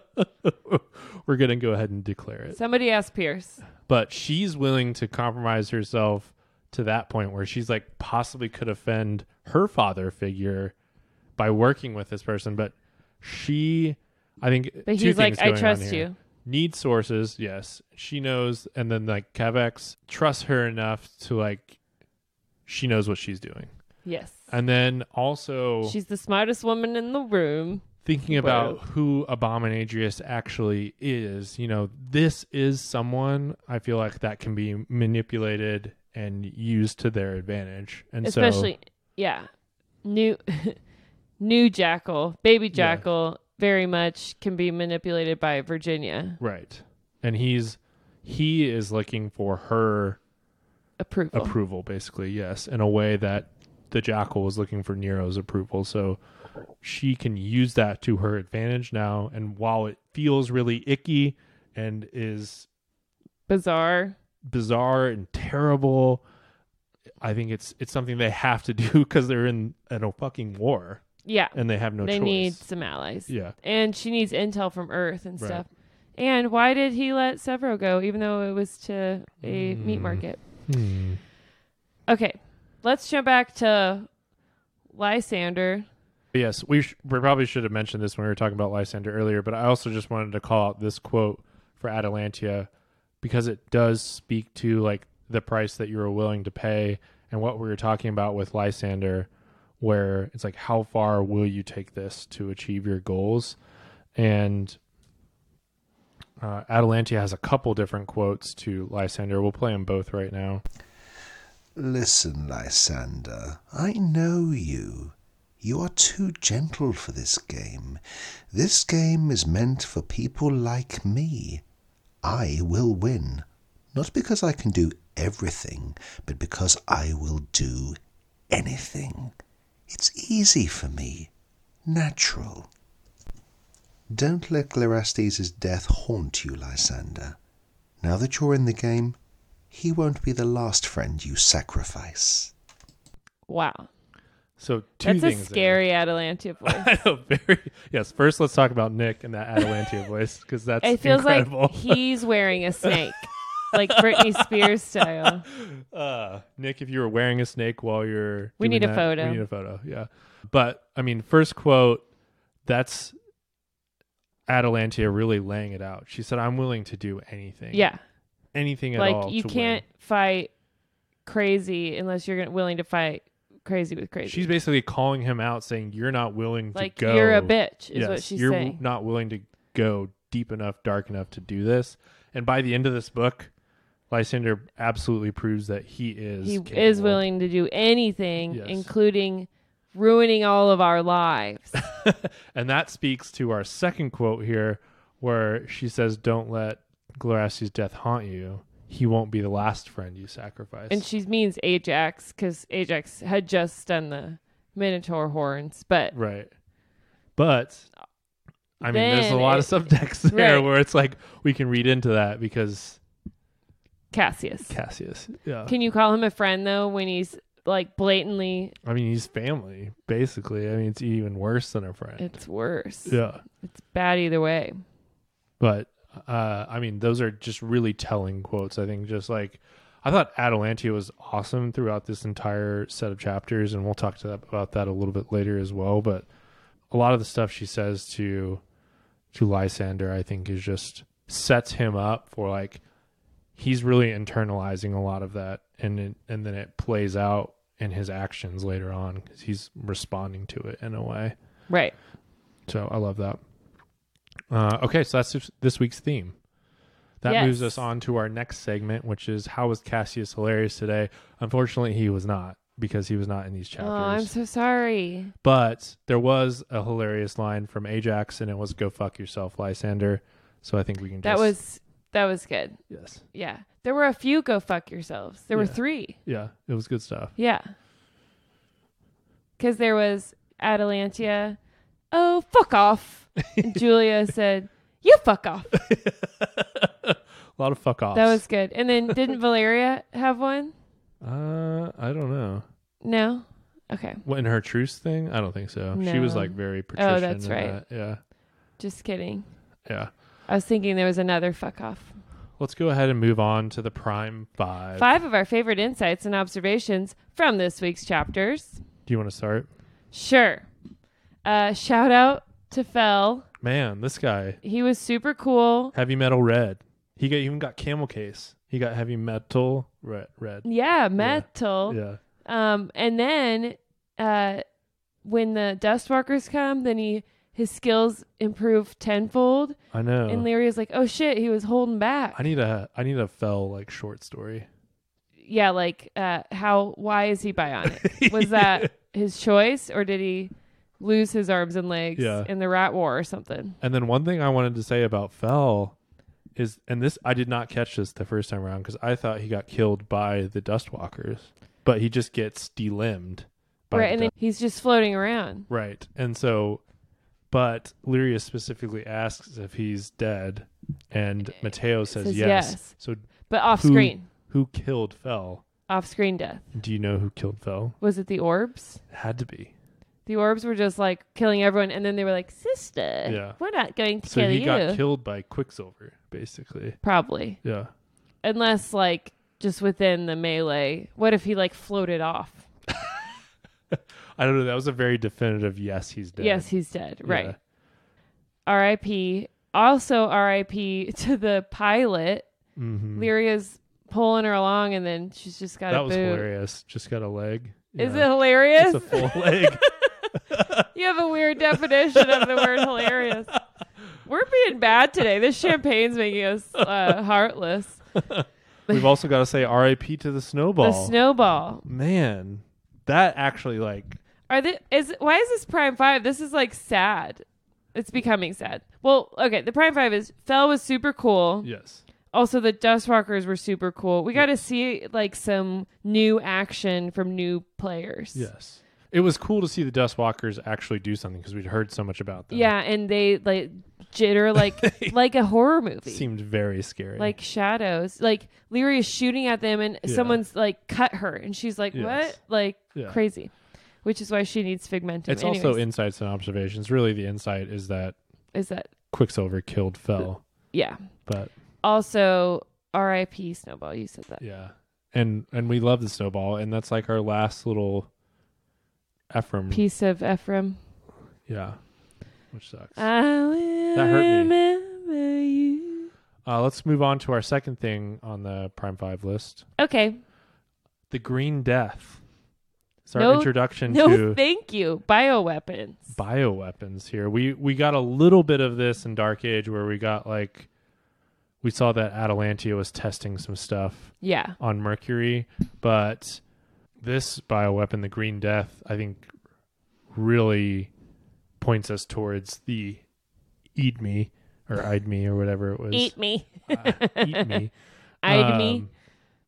Speaker 1: We're, gonna go ahead and declare it.
Speaker 2: Somebody asked Pierce.
Speaker 1: But she's willing to compromise herself to that point where she's like possibly could offend her father figure by working with this person, but she I think
Speaker 2: But
Speaker 1: two
Speaker 2: he's like,
Speaker 1: things
Speaker 2: I
Speaker 1: going on
Speaker 2: trust
Speaker 1: here.
Speaker 2: you.
Speaker 1: Need sources, yes. She knows, and then like Kavex trusts her enough to like, she knows what she's doing.
Speaker 2: Yes.
Speaker 1: And then also
Speaker 2: She's the smartest woman in the room.
Speaker 1: thinking about who Abominadrius actually is. You know, this is someone I feel like that can be manipulated and used to their advantage. And
Speaker 2: especially
Speaker 1: so,
Speaker 2: yeah new new jackal baby jackal very much can be manipulated by virginia
Speaker 1: right, and he's he is looking for her
Speaker 2: approval
Speaker 1: approval, basically, yes, in a way that the jackal was looking for Nero's approval. So she can use that to her advantage now. And while it feels really icky and is
Speaker 2: bizarre
Speaker 1: bizarre and terrible, I think it's it's something they have to do because they're in, in a fucking war
Speaker 2: yeah
Speaker 1: and they have no
Speaker 2: they
Speaker 1: choice.
Speaker 2: need some allies
Speaker 1: yeah,
Speaker 2: and she needs intel from earth and
Speaker 1: Right.
Speaker 2: stuff and why did he let severo go even though it was to a meat
Speaker 1: Hmm.
Speaker 2: market okay let's jump back to lysander
Speaker 1: But Yes, we, sh- we probably should have mentioned this when we were talking about Lysander earlier, but I also just wanted to call out this quote for Atalantia because it does speak to like the price that you were willing to pay and what we were talking about with Lysander, where it's like how far will you take this to achieve your goals, and uh, Atalantia has a couple different quotes to Lysander. We'll play them both right now.
Speaker 3: Listen, Lysander, I know you. You are too gentle for this game. This game is meant for people like me. I will win. Not because I can do everything, but because I will do anything. It's easy for me. Natural. Don't let Glorastes' death haunt you, Lysander. Now that you're in the game, he won't be the last friend you sacrifice.
Speaker 2: wow
Speaker 1: So two
Speaker 2: that's
Speaker 1: things. there.
Speaker 2: a scary atalantia voice
Speaker 1: I know, very yes. First, let's talk about Nick and that Atalantia voice because that's
Speaker 2: It feels
Speaker 1: incredible.
Speaker 2: like he's wearing a snake, like Britney Spears style.
Speaker 1: uh, Nick, if you were wearing a snake while you're,
Speaker 2: We
Speaker 1: doing
Speaker 2: need a
Speaker 1: that,
Speaker 2: photo.
Speaker 1: We need a photo. Yeah, but I mean, first quote. That's Atalantia really laying it out. She said, "I'm willing to do anything.
Speaker 2: Yeah,
Speaker 1: anything at all.
Speaker 2: like you
Speaker 1: to win."
Speaker 2: can't fight crazy unless you're gonna- willing to fight crazy with crazy.
Speaker 1: She's basically calling him out, saying, "You're not willing
Speaker 2: like
Speaker 1: to go.
Speaker 2: you're a bitch, is
Speaker 1: yes,
Speaker 2: what she's
Speaker 1: you're
Speaker 2: saying.
Speaker 1: not willing to go deep enough, dark enough to do this. And by the end of this book, Lysander absolutely proves that he is.
Speaker 2: he
Speaker 1: capable.
Speaker 2: is willing to do anything,
Speaker 1: Yes.
Speaker 2: including ruining all of our lives.
Speaker 1: and that speaks to our second quote here, where she says, "Don't let Glorastes' death haunt you. He won't be the last friend you sacrifice."
Speaker 2: and she means Ajax because Ajax had just done the Minotaur horns, but
Speaker 1: right, but. I mean, there's a
Speaker 2: Then
Speaker 1: lot
Speaker 2: it-
Speaker 1: of subtext there
Speaker 2: right.
Speaker 1: where it's like we can read into that because
Speaker 2: Cassius.
Speaker 1: Cassius. Yeah.
Speaker 2: Can you call him a friend though when he's like blatantly?
Speaker 1: I mean, he's family, basically. I mean, it's even worse than a friend.
Speaker 2: It's worse.
Speaker 1: yeah.
Speaker 2: It's bad either way.
Speaker 1: But, uh, I mean, those are just really telling quotes. I think just like, I thought Atalantia was awesome throughout this entire set of chapters, and we'll talk to that, about that a little bit later as well. But a lot of the stuff she says to to Lysander, I think, is just sets him up for like he's really internalizing a lot of that, and it, and then it plays out and his actions later on because he's responding to it in a way.
Speaker 2: Right.
Speaker 1: So I love that. Uh, okay, so that's this- this week's theme. That
Speaker 2: Yes.
Speaker 1: moves us on to our next segment, which is how was Cassius hilarious today? Unfortunately, he was not because he was not in these chapters.
Speaker 2: Oh, I'm so sorry.
Speaker 1: but there was a hilarious line from Ajax, and it was "Go fuck yourself, Lysander." So I think we can.
Speaker 2: That
Speaker 1: just,
Speaker 2: was that was good.
Speaker 1: yes,
Speaker 2: Yeah. There were a few go fuck yourselves. There were
Speaker 1: Yeah.
Speaker 2: three.
Speaker 1: yeah, it was good stuff.
Speaker 2: Yeah. Cause there was Atalantia, oh fuck off. And Julia said, You fuck off.
Speaker 1: A lot of fuck offs.
Speaker 2: That was good. And then didn't Valeria have one?
Speaker 1: Uh, I don't know.
Speaker 2: No? Okay.
Speaker 1: What, In her truce thing, I don't think so. She was
Speaker 2: No. Oh,
Speaker 1: like very patrician.
Speaker 2: that's
Speaker 1: in
Speaker 2: right.
Speaker 1: that. Yeah,
Speaker 2: Just kidding.
Speaker 1: yeah.
Speaker 2: I was thinking there was another fuck off.
Speaker 1: Let's go ahead and move on to the prime five.
Speaker 2: Five of our favorite insights and observations from this week's chapters.
Speaker 1: Do you want to start?
Speaker 2: Sure. Uh, shout out to Fell.
Speaker 1: Man, this guy,
Speaker 2: He was super cool.
Speaker 1: heavy metal red. He got even got camel case. He got heavy metal red. Red.
Speaker 2: Yeah, metal.
Speaker 1: Yeah.
Speaker 2: Um, and then uh, when the Dustwalkers come, then he his skills improve tenfold.
Speaker 1: I know.
Speaker 2: And Leary is like, "Oh shit, he was holding back."
Speaker 1: Uh. I need a I need a fell like short story.
Speaker 2: yeah, like uh, how? Why is he bionic? Was that his choice, or did he lose his arms and legs
Speaker 1: Yeah.
Speaker 2: in the Rat War or something?
Speaker 1: And then one thing I wanted to say about Fell is, and this I did not catch this the first time around because I thought he got killed by the Dustwalkers, but he just gets delimbed. By
Speaker 2: right,
Speaker 1: the
Speaker 2: and then he's just floating around.
Speaker 1: Right. And so, but Lyria specifically asks if he's dead, and Mateo says,
Speaker 2: Says
Speaker 1: yes.
Speaker 2: yes.
Speaker 1: So,
Speaker 2: But off
Speaker 1: Who-
Speaker 2: screen.
Speaker 1: who killed Fell?
Speaker 2: Off screen death.
Speaker 1: Do you know who killed Fell?
Speaker 2: Was it the orbs?
Speaker 1: Had to be.
Speaker 2: The orbs were just like killing everyone, and then they were like, "Sister,
Speaker 1: Yeah.
Speaker 2: we're not going to
Speaker 1: So
Speaker 2: kill
Speaker 1: he
Speaker 2: you."
Speaker 1: got killed by Quicksilver, basically.
Speaker 2: Probably,
Speaker 1: Yeah.
Speaker 2: unless like just within the melee. What if he like floated off?
Speaker 1: I don't know. That was a very definitive yes, he's dead.
Speaker 2: Yes, he's dead.
Speaker 1: Yeah.
Speaker 2: Right. R.I.P. Also R.I.P. to the pilot.
Speaker 1: Mhm.
Speaker 2: Lyria's pulling her along, and then she's just got
Speaker 1: That
Speaker 2: a
Speaker 1: was
Speaker 2: boot.
Speaker 1: hilarious. Just got a leg.
Speaker 2: Is it
Speaker 1: Yeah.
Speaker 2: hilarious?
Speaker 1: It's a full leg.
Speaker 2: you have a weird definition of the word hilarious. We're being bad today. This champagne's making us uh, heartless.
Speaker 1: We've also got to say RIP to the snowball.
Speaker 2: The snowball.
Speaker 1: Man, that actually like
Speaker 2: Are they, is why is this prime five? This is like sad. It's becoming sad. Well, okay. The prime five is Fell was super cool.
Speaker 1: yes.
Speaker 2: Also, the Dust Rockers were super cool. We got to see like some new action from new players.
Speaker 1: Yes. It was cool to see the Dust Walkers actually do something because we'd heard so much about them.
Speaker 2: Yeah, and they like jitter like like a horror movie.
Speaker 1: Seemed very scary.
Speaker 2: like shadows. Like Leary is shooting at them, and
Speaker 1: Yeah.
Speaker 2: someone's like cut her, and she's like,
Speaker 1: Yes.
Speaker 2: "What?" Like
Speaker 1: Yeah.
Speaker 2: crazy, which is why she needs Figmentum.
Speaker 1: it's
Speaker 2: Anyways,
Speaker 1: also insights and observations. Really, the insight is that
Speaker 2: is that
Speaker 1: Quicksilver killed Fell,
Speaker 2: yeah.
Speaker 1: but
Speaker 2: Also, R.I.P. Snowball. You said that.
Speaker 1: yeah, and and we love the snowball, and that's like our last little Ephraim.
Speaker 2: Piece of Ephraim.
Speaker 1: Yeah, which sucks.
Speaker 2: I will
Speaker 1: That hurt me.
Speaker 2: remember you.
Speaker 1: Uh, let's move on to our second thing on the Prime Five list:
Speaker 2: Okay.
Speaker 1: the Green Death. It's our
Speaker 2: No-
Speaker 1: introduction
Speaker 2: No,
Speaker 1: to
Speaker 2: thank you. Bioweapons.
Speaker 1: bioweapons here. We we got a little bit of this in Dark Age where we got like we saw that Atalantia was testing some stuff
Speaker 2: yeah.
Speaker 1: on Mercury, but this bioweapon, the Green Death, I think really points us towards the eat me or eyed me or whatever it was.
Speaker 2: Eat me.
Speaker 1: Uh, eat me.
Speaker 2: Eyed me.
Speaker 1: Um,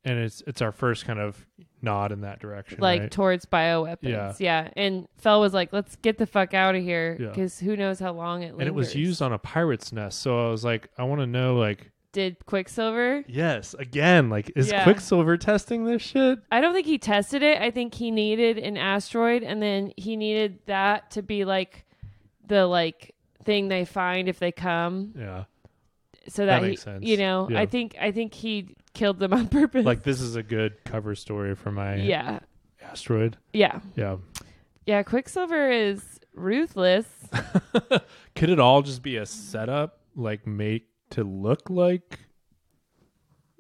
Speaker 1: And it's it's our first kind of nod in that direction.
Speaker 2: like
Speaker 1: right?
Speaker 2: towards bioweapons.
Speaker 1: Yeah.
Speaker 2: Yeah. And Fell was like, let's get the fuck out of here
Speaker 1: Yeah.
Speaker 2: because who knows how long it lingers.
Speaker 1: and it was used on a pirate's nest, so I was like, I want to know like
Speaker 2: Did Quicksilver?
Speaker 1: Yes, again, like is
Speaker 2: Yeah.
Speaker 1: Quicksilver testing this shit?
Speaker 2: I don't think he tested it. I think he needed an asteroid and then he needed that to be like the like thing they find if they come
Speaker 1: Yeah.
Speaker 2: so
Speaker 1: That
Speaker 2: that,
Speaker 1: makes
Speaker 2: he,
Speaker 1: sense.
Speaker 2: you know
Speaker 1: Yeah.
Speaker 2: i think i think he killed them on purpose
Speaker 1: Like this is a good cover story for my
Speaker 2: yeah
Speaker 1: asteroid.
Speaker 2: yeah
Speaker 1: Yeah.
Speaker 2: yeah quicksilver is ruthless
Speaker 1: Could it all just be a setup like made to look like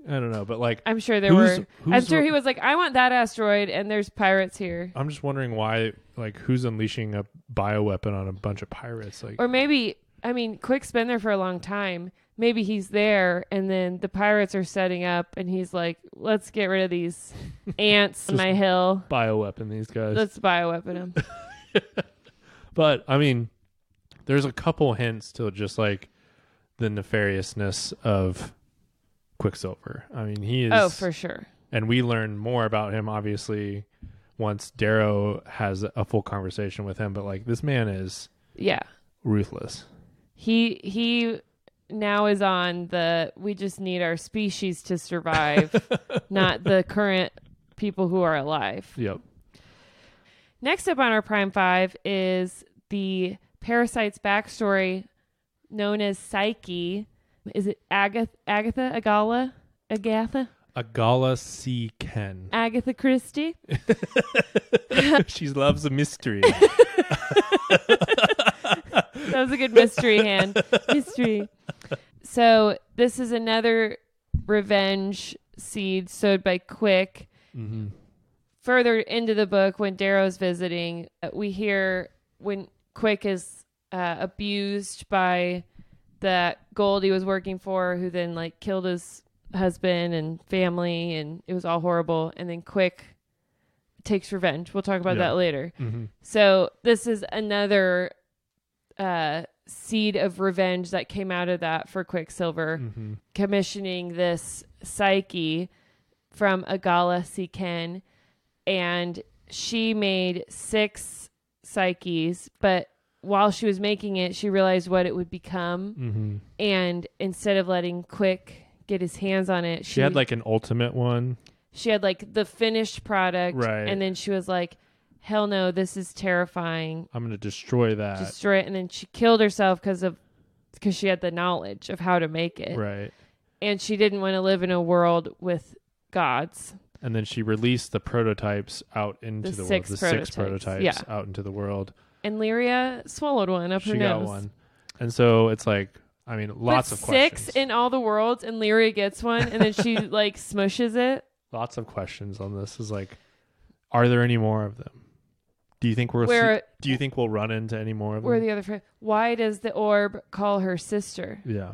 Speaker 1: I don't know, but like
Speaker 2: I'm sure there
Speaker 1: Who's-
Speaker 2: were. I'm
Speaker 1: who's
Speaker 2: sure
Speaker 1: re-
Speaker 2: he was like, I want that asteroid, and there's pirates here.
Speaker 1: I'm just wondering why like who's unleashing a bioweapon on a bunch of pirates like
Speaker 2: Or maybe, I mean, Quick's been there for a long time. Maybe he's there, and then the pirates are setting up, and he's like, let's get rid of these ants on my hill.
Speaker 1: bioweapon these guys.
Speaker 2: Let's bioweapon them.
Speaker 1: but I mean there's a couple hints to just like the nefariousness of Quicksilver. I mean, he is
Speaker 2: oh, for sure.
Speaker 1: and we learn more about him obviously once Darrow has a full conversation with him, but like this man is
Speaker 2: Yeah.
Speaker 1: ruthless.
Speaker 2: He, he now is on the we just need our species to survive, not the current people who are alive.
Speaker 1: Yep.
Speaker 2: Next up on our Prime Five is the parasite's backstory, known as Psyche. Is it Agatha? Agatha? Agala? Agatha?
Speaker 1: Agala C. Ken.
Speaker 2: Agatha Christie?
Speaker 1: she loves a mystery.
Speaker 2: That was a good mystery hand. Mystery. So this is another revenge seed sowed by Quick.
Speaker 1: mm-hmm.
Speaker 2: further into the book when darrow's visiting uh, we hear when quick is uh, abused by that gold he was working for who then like killed his husband and family and it was all horrible and then quick takes revenge we'll talk about
Speaker 1: Yeah.
Speaker 2: that later
Speaker 1: Mm-hmm.
Speaker 2: so this is another uh, seed of revenge that came out of that for quicksilver
Speaker 1: Mm-hmm.
Speaker 2: commissioning this psyche from Agala Siken, and she made six psyches, but while she was making it, she realized what it would become,
Speaker 1: Mm-hmm.
Speaker 2: and instead of letting Quick get his hands on it, she,
Speaker 1: She had like an ultimate one.
Speaker 2: she had like the finished product,
Speaker 1: Right.
Speaker 2: and then she was like, "Hell no, this is terrifying,
Speaker 1: I'm gonna destroy that.
Speaker 2: destroy it," and then she killed herself because of because she had the knowledge of how to make it,
Speaker 1: right.
Speaker 2: and she didn't want to live in a world with gods.
Speaker 1: And then she released the prototypes out into the,
Speaker 2: The
Speaker 1: world.
Speaker 2: six
Speaker 1: The six
Speaker 2: prototypes.
Speaker 1: prototypes
Speaker 2: Yeah.
Speaker 1: out into the world.
Speaker 2: And Lyria swallowed one up
Speaker 1: she
Speaker 2: her
Speaker 1: got
Speaker 2: nose.
Speaker 1: one. And so it's like I mean
Speaker 2: But
Speaker 1: lots of
Speaker 2: six
Speaker 1: questions.
Speaker 2: in all the worlds, and Lyria gets one, and then she like smushes it.
Speaker 1: lots of questions on this is like are there any more of them? Do you think we're
Speaker 2: Where-
Speaker 1: do you think we'll run into any more of
Speaker 2: Where
Speaker 1: them?
Speaker 2: the other friend? Why does the orb call her sister?
Speaker 1: yeah.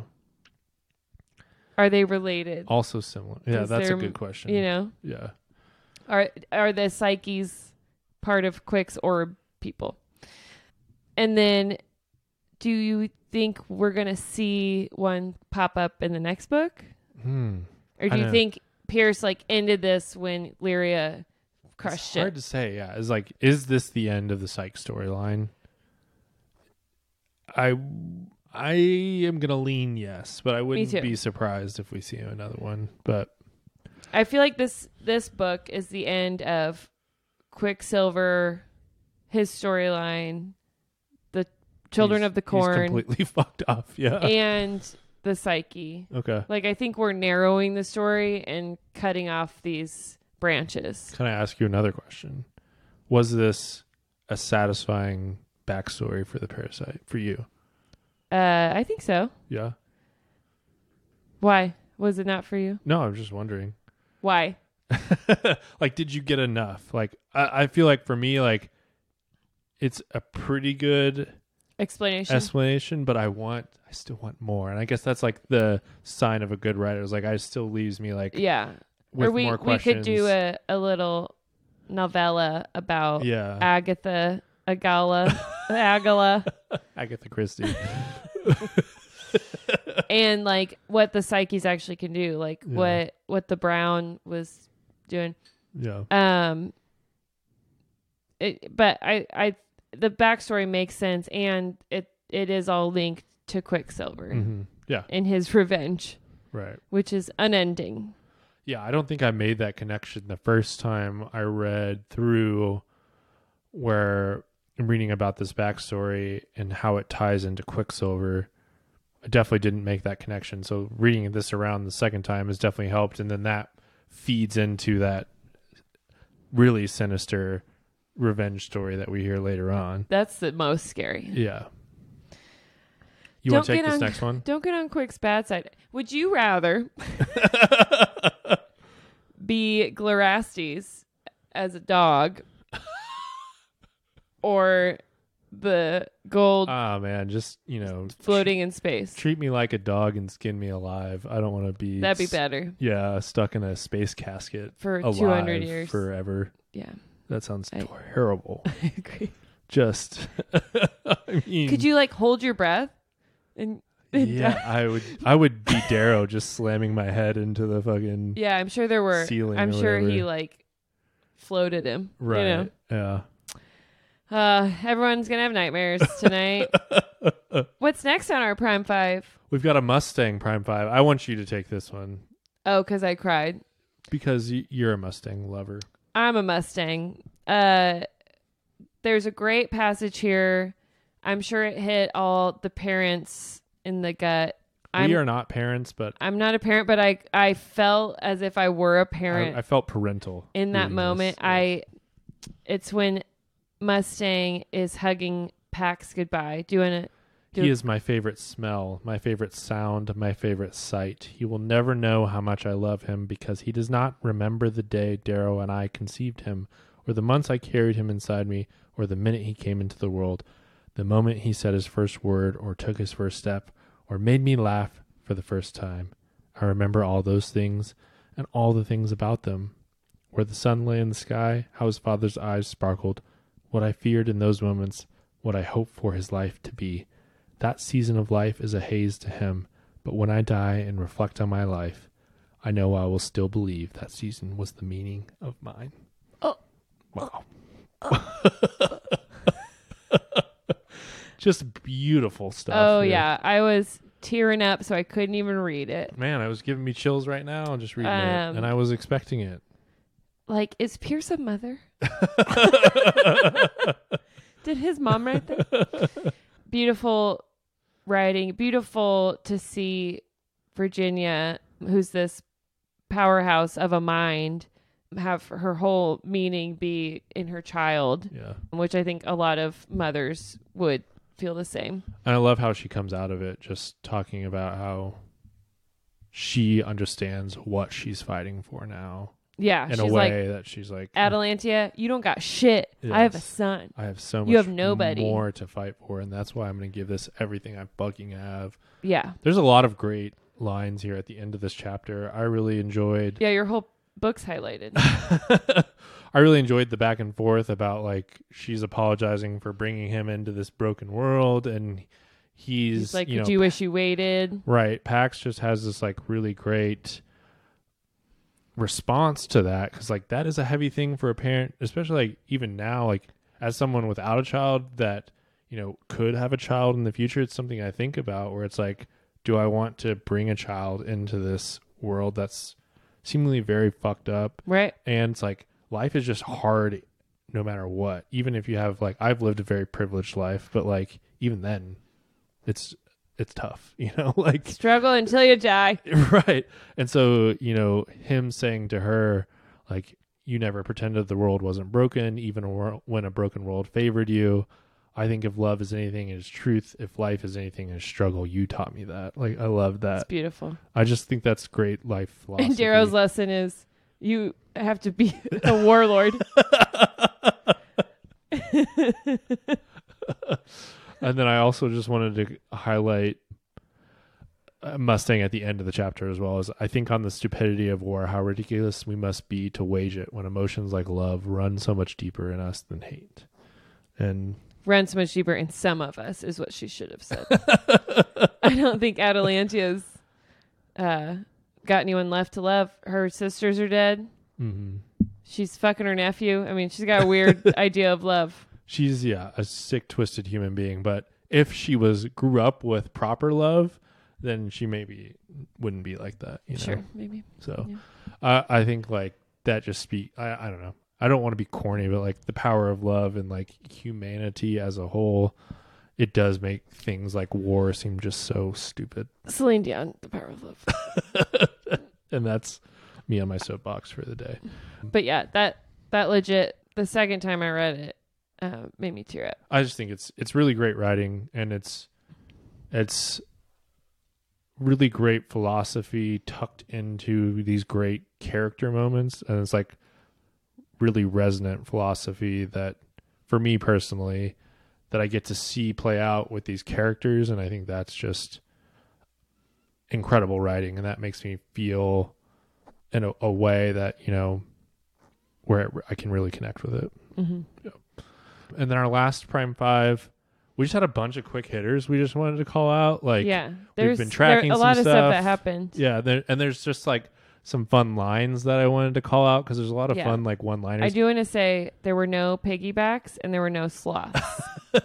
Speaker 2: Are they related?
Speaker 1: Also similar. Yeah,
Speaker 2: Is
Speaker 1: that's a
Speaker 2: there-
Speaker 1: good question.
Speaker 2: You know,
Speaker 1: Yeah.
Speaker 2: are are the psyches part of Quick's orb people? And then, do you think we're gonna see one pop up in the next book?
Speaker 1: Hmm.
Speaker 2: Or do
Speaker 1: I
Speaker 2: you
Speaker 1: know.
Speaker 2: think Pierce like ended this when Lyria crushed
Speaker 1: it's hard
Speaker 2: it?
Speaker 1: to say yeah it's like is this the end of the psych storyline i i am gonna lean yes but i wouldn't
Speaker 2: too.
Speaker 1: be surprised if we see another one but
Speaker 2: I feel like this this book is the end of Quicksilver, his storyline, the Children
Speaker 1: he's-
Speaker 2: of the
Speaker 1: he's
Speaker 2: Corn,
Speaker 1: completely fucked off yeah
Speaker 2: and the Psyche.
Speaker 1: okay
Speaker 2: Like I think we're narrowing the story and cutting off these branches.
Speaker 1: can i ask you another question was this a satisfying backstory for the parasite for you
Speaker 2: Uh, I think so.
Speaker 1: yeah
Speaker 2: Why was it not for you?
Speaker 1: no i'm just wondering
Speaker 2: Why?
Speaker 1: like did you get enough like I, I feel like for me like it's a pretty good
Speaker 2: Explanation.
Speaker 1: explanation, but I want I still want more. And I guess that's like the sign of a good writer. Is like I still leaves me like
Speaker 2: yeah.
Speaker 1: with
Speaker 2: or we
Speaker 1: more
Speaker 2: we
Speaker 1: questions.
Speaker 2: could do a a little novella about
Speaker 1: yeah,
Speaker 2: Agatha Agala Agala
Speaker 1: Agatha Christie.
Speaker 2: and like what the psyches actually can do, like
Speaker 1: Yeah.
Speaker 2: what what the Brown was doing.
Speaker 1: yeah,
Speaker 2: Um, it, but I I the backstory makes sense, and it it is all linked to Quicksilver
Speaker 1: hmm yeah,
Speaker 2: and his revenge,
Speaker 1: right.
Speaker 2: which is unending.
Speaker 1: Yeah, I don't think I made that connection the first time I read through where I'm reading about this backstory and how it ties into Quicksilver. I definitely didn't make that connection. So reading this around the second time has definitely helped and then that feeds into that really sinister revenge story that we hear later on.
Speaker 2: That's the most scary.
Speaker 1: Yeah. You want to
Speaker 2: Don't
Speaker 1: take
Speaker 2: get
Speaker 1: this
Speaker 2: on-
Speaker 1: next one?
Speaker 2: Don't get on Quick's bad side. Would you rather be Glorastes as a dog or the gold
Speaker 1: ah, man, just you know,
Speaker 2: floating in space?
Speaker 1: treat me like a dog and skin me alive. I don't want to be
Speaker 2: That'd be
Speaker 1: s-
Speaker 2: better
Speaker 1: Yeah, stuck in a space casket
Speaker 2: for
Speaker 1: alive
Speaker 2: 200 years.
Speaker 1: forever.
Speaker 2: yeah,
Speaker 1: That sounds
Speaker 2: I-
Speaker 1: terrible.
Speaker 2: I agree.
Speaker 1: Just, I mean,
Speaker 2: Could you like hold your breath and and
Speaker 1: Yeah, I would. I would be Darrow just slamming my head into the fucking
Speaker 2: Yeah, I'm sure there were.
Speaker 1: ceiling
Speaker 2: I'm
Speaker 1: or
Speaker 2: sure he
Speaker 1: whatever.
Speaker 2: like floated him. you
Speaker 1: right.
Speaker 2: know?
Speaker 1: Yeah.
Speaker 2: Uh, everyone's gonna have nightmares tonight. What's next on our prime five?
Speaker 1: We've got a Mustang Prime Five. I want you to take this one
Speaker 2: Oh, because I cried.
Speaker 1: because y- you're a Mustang lover.
Speaker 2: I'm a Mustang. Uh, there's a great passage here. I'm sure it hit all the parents in the gut. I'm
Speaker 1: we are not parents, but
Speaker 2: I'm not a parent, but I I felt as if I were a
Speaker 1: I,
Speaker 2: parent
Speaker 1: I felt parental
Speaker 2: in that
Speaker 1: reading this.
Speaker 2: moment. I it's when Mustang is hugging Pax goodbye, doing it.
Speaker 1: He is my favorite smell, my favorite sound, my favorite sight. He will never know how much I love him because he does not remember the day Darrow and I conceived him, or the months I carried him inside me, or the minute he came into the world, the moment he said his first word, or took his first step, or made me laugh for the first time. I remember all those things and all the things about them. Where the sun lay in the sky, how his father's eyes sparkled, what I feared in those moments, what I hoped for his life to be. That season of life is a haze to him, but when I die and reflect on my life, I know I will still believe that season was the meaning of mine. Oh. Wow.
Speaker 2: Oh.
Speaker 1: Just beautiful stuff.
Speaker 2: oh
Speaker 1: here.
Speaker 2: yeah, I was tearing up, so I couldn't even read it.
Speaker 1: Man, I was giving me chills right now just reading
Speaker 2: Um,
Speaker 1: it, and I was expecting it.
Speaker 2: Like, is Pierce a mother? Did his mom write that? beautiful writing, beautiful to see Virginia, who's this powerhouse of a mind, have her whole meaning be in her child,
Speaker 1: Yeah.
Speaker 2: which I think a lot of mothers would feel the same.
Speaker 1: And I love how she comes out of it just talking about how she understands what she's fighting for now
Speaker 2: Yeah,
Speaker 1: in
Speaker 2: Uh, she's
Speaker 1: a
Speaker 2: like
Speaker 1: way that she's like,
Speaker 2: Atalantia, you don't got shit. I have a
Speaker 1: Yes.
Speaker 2: son.
Speaker 1: I have so much
Speaker 2: You have nobody.
Speaker 1: more to fight for, and that's why I'm going to give this everything I fucking have.
Speaker 2: Yeah.
Speaker 1: There's a lot of great lines here at the end of this chapter. I really enjoyed
Speaker 2: Yeah, your whole book's highlighted.
Speaker 1: I really enjoyed the back and forth about like she's apologizing for bringing him into this broken world, and he's,
Speaker 2: He's like,
Speaker 1: you know,
Speaker 2: "Could you wish you waited?"
Speaker 1: right. Pax just has this like really great response to that because like that is a heavy thing for a parent, especially like even now, like as someone without a child that you know could have a child in the future. It's something I think about where it's like, do I want to bring a child into this world that's seemingly very fucked up
Speaker 2: Right?
Speaker 1: and it's like life is just hard no matter what even if you have like i've lived a very privileged life but like even then it's it's tough you know like
Speaker 2: Struggle until you die.
Speaker 1: right and so you know him saying to her like you never pretended the world wasn't broken even a wor- when a broken world favored you i think if love is anything it is truth if life is anything it is struggle you taught me that like i love
Speaker 2: It's
Speaker 1: that
Speaker 2: beautiful.
Speaker 1: i just think that's great life philosophy
Speaker 2: And Darrow's lesson is you have to be a warlord.
Speaker 1: and then I also just wanted to highlight uh, Mustang at the end of the chapter as well as I think on the stupidity of war, how ridiculous we must be to wage it when emotions like love run so much deeper in us than hate. And
Speaker 2: Run so much deeper in some of us is what she should have said. I don't think Atalantia's uh, got anyone left to love. Her sisters are dead.
Speaker 1: mhm.
Speaker 2: She's fucking her nephew. I mean, she's got a weird idea of love.
Speaker 1: she's yeah a sick, twisted human being. But if she was grew up with proper love, then she maybe wouldn't be like that. You know?
Speaker 2: Sure, maybe.
Speaker 1: So I I think like that just speak I, I don't know. I don't want to be corny, but like the power of love and like humanity as a whole, it does make things like war seem just so stupid.
Speaker 2: Celine Dion, The Power of Love.
Speaker 1: And that's me on my soapbox for the day.
Speaker 2: but yeah, that that legit. The second time I read it, uh, made me tear up.
Speaker 1: I just think it's it's really great writing and it's It's really great philosophy tucked into these great character moments. And it's like really resonant philosophy that, for me personally, that I get to see play out with these characters. And I think that's just incredible writing. And that makes me feel in a, a way that, you know, where it, I can really connect with it.
Speaker 2: Mhm.
Speaker 1: Yeah. And then our last prime five, we just had a bunch of quick hitters. We just wanted to call out like
Speaker 2: yeah, there's
Speaker 1: been
Speaker 2: there,
Speaker 1: tracking
Speaker 2: a
Speaker 1: some
Speaker 2: lot of
Speaker 1: stuff.
Speaker 2: stuff that happened.
Speaker 1: yeah. There, and there's just like some fun lines that I wanted to call out because there's a lot of
Speaker 2: Yeah.
Speaker 1: fun like one
Speaker 2: I
Speaker 1: liners.
Speaker 2: do want to say there were no piggybacks and there were no sloths.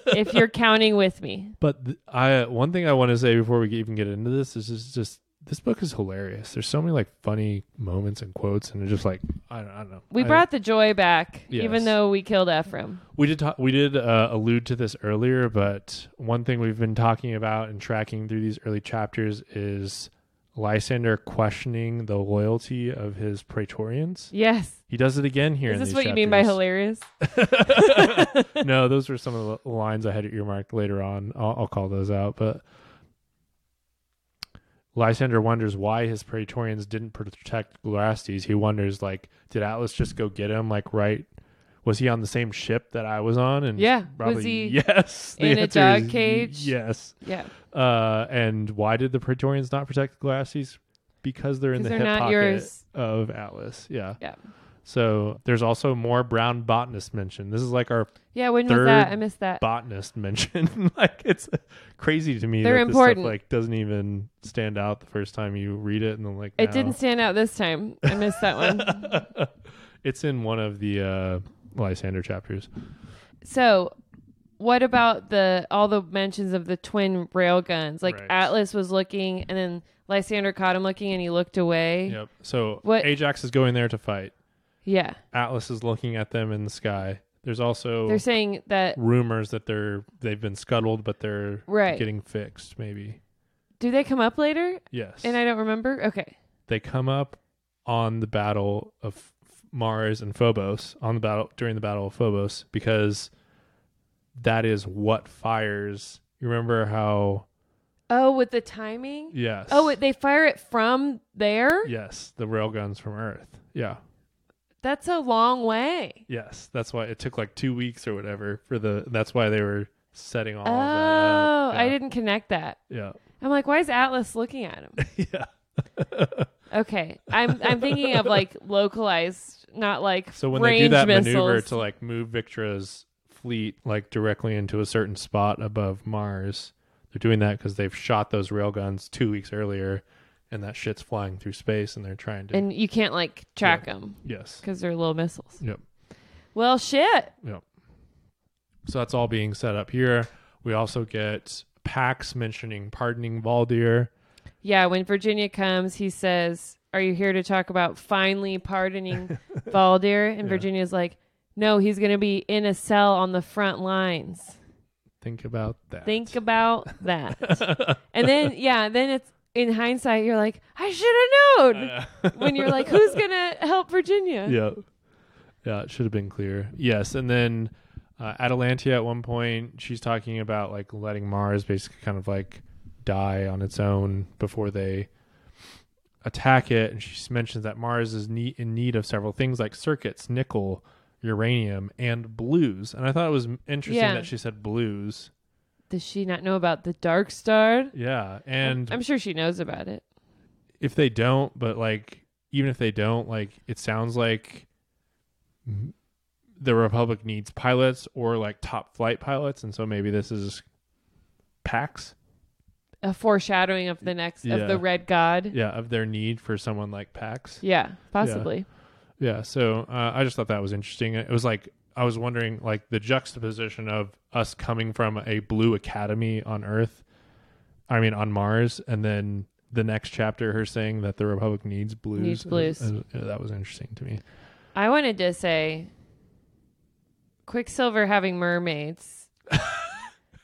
Speaker 2: if you're counting with me,
Speaker 1: But th- I one thing I want to say before we even get into this is just, just this book is hilarious. There's so many like funny moments and quotes, and it's just like I don't, I don't know.
Speaker 2: we
Speaker 1: I-
Speaker 2: brought the joy back,
Speaker 1: Yes.
Speaker 2: even though we killed Ephraim.
Speaker 1: We did talk, we did uh, allude to this earlier, but one thing we've been talking about and tracking through these early chapters is Lysander questioning the loyalty of his Praetorians.
Speaker 2: Yes.
Speaker 1: He does it again here.
Speaker 2: Is
Speaker 1: in
Speaker 2: this
Speaker 1: these
Speaker 2: what you mean by
Speaker 1: chapters.
Speaker 2: hilarious?
Speaker 1: no, those were some of the lines I had earmarked later on. I'll, I'll call those out. But Lysander wonders why his Praetorians didn't protect Glorastes. He wonders, like, did Atlas just go get him? Like, right? Was he on the same ship that I was on? And
Speaker 2: Yeah, was
Speaker 1: probably
Speaker 2: he
Speaker 1: yes. The
Speaker 2: in a
Speaker 1: answer
Speaker 2: dog
Speaker 1: is
Speaker 2: cage?
Speaker 1: Yes.
Speaker 2: Yeah.
Speaker 1: Uh, and why did the Praetorians not protect Glorastes? Because they're in
Speaker 2: 'Cause
Speaker 1: the
Speaker 2: they're
Speaker 1: hip
Speaker 2: not
Speaker 1: pocket
Speaker 2: yours.
Speaker 1: of Atlas. Yeah.
Speaker 2: Yeah.
Speaker 1: So there's also more brown botanist mentioned. This is like our
Speaker 2: Yeah, when was
Speaker 1: Third
Speaker 2: that? I missed that.
Speaker 1: botanist mentioned. like it's crazy to me
Speaker 2: They're
Speaker 1: that this
Speaker 2: important.
Speaker 1: stuff like doesn't even stand out the first time you read it, and then like
Speaker 2: It
Speaker 1: now-
Speaker 2: didn't stand out this time. I missed that one.
Speaker 1: it's in one of the uh, Lysander chapters.
Speaker 2: So, what about the all the mentions of the twin rail guns? Like
Speaker 1: Right.
Speaker 2: Atlas was looking, and then Lysander caught him looking, and he looked away.
Speaker 1: Yep. So
Speaker 2: What-
Speaker 1: Ajax is going there to fight.
Speaker 2: Yeah,
Speaker 1: Atlas is looking at them in the sky. There's also
Speaker 2: they're saying that.
Speaker 1: rumors that they're they've been scuttled, but they're
Speaker 2: Right.
Speaker 1: getting fixed. Maybe
Speaker 2: Do they come up later?
Speaker 1: yes.
Speaker 2: And I don't remember. Okay,
Speaker 1: they come up on the battle of Mars and Phobos on the battle during the battle of Phobos because that is what fires. You remember how?
Speaker 2: Oh, with the timing?
Speaker 1: Yes.
Speaker 2: Oh, wait, they fire it from there?
Speaker 1: yes, the railguns from Earth. Yeah.
Speaker 2: That's a long way.
Speaker 1: Yes, that's why it took like two weeks or whatever for the. That's why they were setting all.
Speaker 2: oh,
Speaker 1: of that up.
Speaker 2: I
Speaker 1: Yeah.
Speaker 2: didn't connect that.
Speaker 1: Yeah.
Speaker 2: I'm like, why is Atlas looking at him?
Speaker 1: yeah.
Speaker 2: Okay, I'm I'm thinking of like localized, not like
Speaker 1: So when they
Speaker 2: range
Speaker 1: do that
Speaker 2: missiles.
Speaker 1: maneuver to like move Victra's fleet like directly into a certain spot above Mars, they're doing that because they've shot those railguns two weeks earlier, and that shit's flying through space, and they're trying to
Speaker 2: and you can't like track them
Speaker 1: yes,
Speaker 2: because they're little missiles.
Speaker 1: yep,
Speaker 2: Well, shit.
Speaker 1: yep. So that's all being set up here. We also get Pax mentioning pardoning Valdir.
Speaker 2: Yeah, when Virginia comes, he says, "Are you here to talk about finally pardoning Valdir?" And
Speaker 1: Yeah.
Speaker 2: Virginia's like, "No, he's going to be in a cell on the front lines.
Speaker 1: Think about that.
Speaker 2: Think about that." and then, yeah, then it's in hindsight, you're like, "I should have known." when you're like, "Who's going to help Virginia?"
Speaker 1: yeah. Yeah, it should have been clear. Yes, and then uh, Atalantia at one point, she's talking about like letting Mars basically kind of like die on its own before they attack it, and she mentions that Mars is nee- in need of several things like circuits, nickel, uranium, and blues. And I thought it was m- interesting
Speaker 2: Yeah.
Speaker 1: that she said blues.
Speaker 2: Does she not know about the Dark Star?
Speaker 1: Yeah, and
Speaker 2: I'm sure she knows about it.
Speaker 1: if they don't, but like even if they don't, like it sounds like m- the Republic needs pilots or like top flight pilots, and so maybe this is PAX,
Speaker 2: A foreshadowing of the next of
Speaker 1: Yeah.
Speaker 2: the Red God. Yeah,
Speaker 1: yeah, of their need for someone like PAX.
Speaker 2: possibly.
Speaker 1: Yeah, so uh, I just thought that was interesting. It was like I was wondering, like the juxtaposition of us coming from a blue academy on Earth, I mean on Mars, and then the next chapter, her saying that the Republic needs blues.
Speaker 2: Needs blues.
Speaker 1: Uh, uh, that was interesting to me.
Speaker 2: I wanted to say Quicksilver having mermaids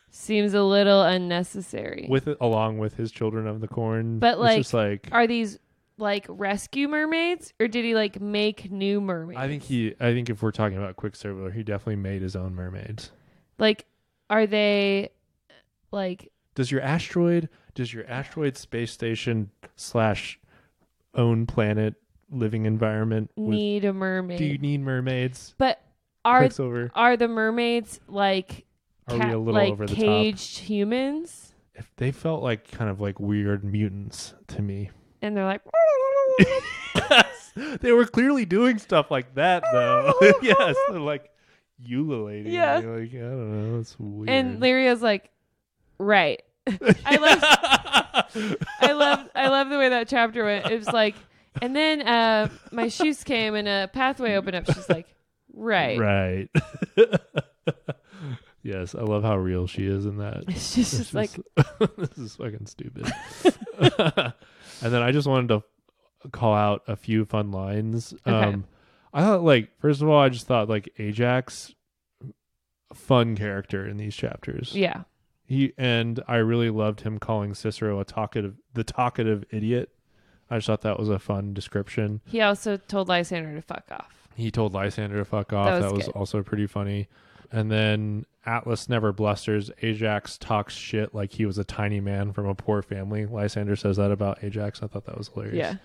Speaker 2: seems a little unnecessary.
Speaker 1: with it along with his children of the corn.
Speaker 2: But,
Speaker 1: it's
Speaker 2: like,
Speaker 1: just like
Speaker 2: Are these like rescue mermaids or did he like make new mermaids?
Speaker 1: I think he, I think if we're talking about Quicksilver, he definitely made his own mermaids.
Speaker 2: like are they like
Speaker 1: Does your asteroid, does your asteroid space station slash own planet living environment with,
Speaker 2: need a mermaid.
Speaker 1: do you need mermaids?
Speaker 2: but are
Speaker 1: Quicksilver,
Speaker 2: are the mermaids like
Speaker 1: are
Speaker 2: ca-
Speaker 1: we a little
Speaker 2: like
Speaker 1: over the top?
Speaker 2: caged humans?
Speaker 1: If they felt like kind of like weird mutants to me.
Speaker 2: And they're like,
Speaker 1: yes, they were clearly doing stuff like that though. yes, they're like ululating.
Speaker 2: Yeah.
Speaker 1: You're Like I don't know, it's weird.
Speaker 2: and Lyria's like, right. I love I love I love the way that chapter went. It was like, and then uh, my shoes came and a pathway opened up. She's like, right.
Speaker 1: Right. yes, I love how real she is in that.
Speaker 2: She's
Speaker 1: This
Speaker 2: just like,
Speaker 1: is- this is fucking stupid. and then I just wanted to call out a few fun lines. Um I thought like first of all, I just thought like Ajax fun character in these chapters.
Speaker 2: yeah,
Speaker 1: He and I really loved him calling Cicero a talkative the talkative idiot. I just thought that was a fun description.
Speaker 2: he also told Lysander to fuck off.
Speaker 1: He told Lysander to fuck off.
Speaker 2: was
Speaker 1: That was,
Speaker 2: good.
Speaker 1: also pretty funny. And then Atlas never blusters. Ajax talks shit like he was a tiny man from a poor family. Lysander says that about Ajax. I thought that was hilarious.
Speaker 2: Yeah,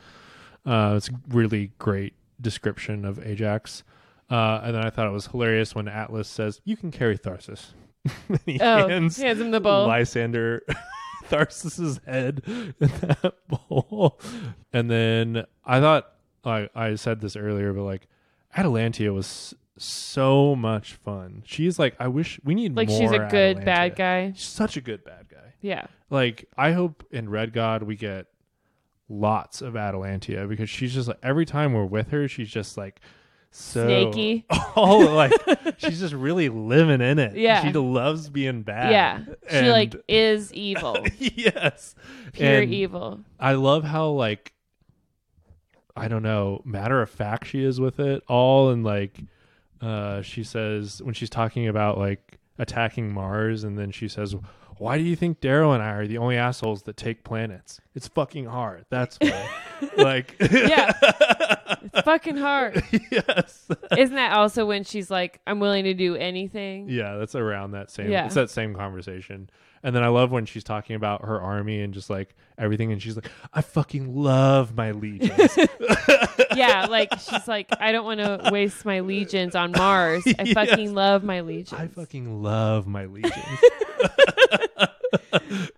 Speaker 1: Uh, it's a really great description of Ajax. Uh, and then I thought it was hilarious when Atlas says, You can carry Tharsis. And he
Speaker 2: oh,
Speaker 1: hands
Speaker 2: hands him the bowl.
Speaker 1: Lysander Tharsis's head in that bowl. And then I thought I I said this earlier, but like Atalantia was s- so much fun. She's like, I wish we need
Speaker 2: like
Speaker 1: more
Speaker 2: she's a good
Speaker 1: Atalantia.
Speaker 2: bad guy.
Speaker 1: She's such a good bad guy.
Speaker 2: Yeah,
Speaker 1: Like I hope in Red God we get lots of Atalantia because she's just like every time we're with her, she's just like so
Speaker 2: Snaky.
Speaker 1: all like she's just really living in it.
Speaker 2: Yeah.
Speaker 1: she loves being bad.
Speaker 2: yeah. she like
Speaker 1: And-
Speaker 2: is evil,
Speaker 1: yes.
Speaker 2: pure
Speaker 1: And
Speaker 2: evil.
Speaker 1: I love how like I don't know, matter of fact she is with it all and like uh she says when she's talking about like attacking Mars and then she says why do you think Daryl and I are the only assholes that take planets? It's fucking hard. That's why. like
Speaker 2: Yeah, it's fucking hard.
Speaker 1: yes.
Speaker 2: Isn't that also when she's like, I'm willing to do anything?
Speaker 1: Yeah, that's around that same.
Speaker 2: Yeah.
Speaker 1: It's that same conversation. And then I love when she's talking about her army and just like everything, and she's like, "I fucking love my legions."
Speaker 2: yeah, like she's like, I don't want to waste my legions on Mars. I
Speaker 1: Yes.
Speaker 2: fucking love my legions.
Speaker 1: I fucking love my legions.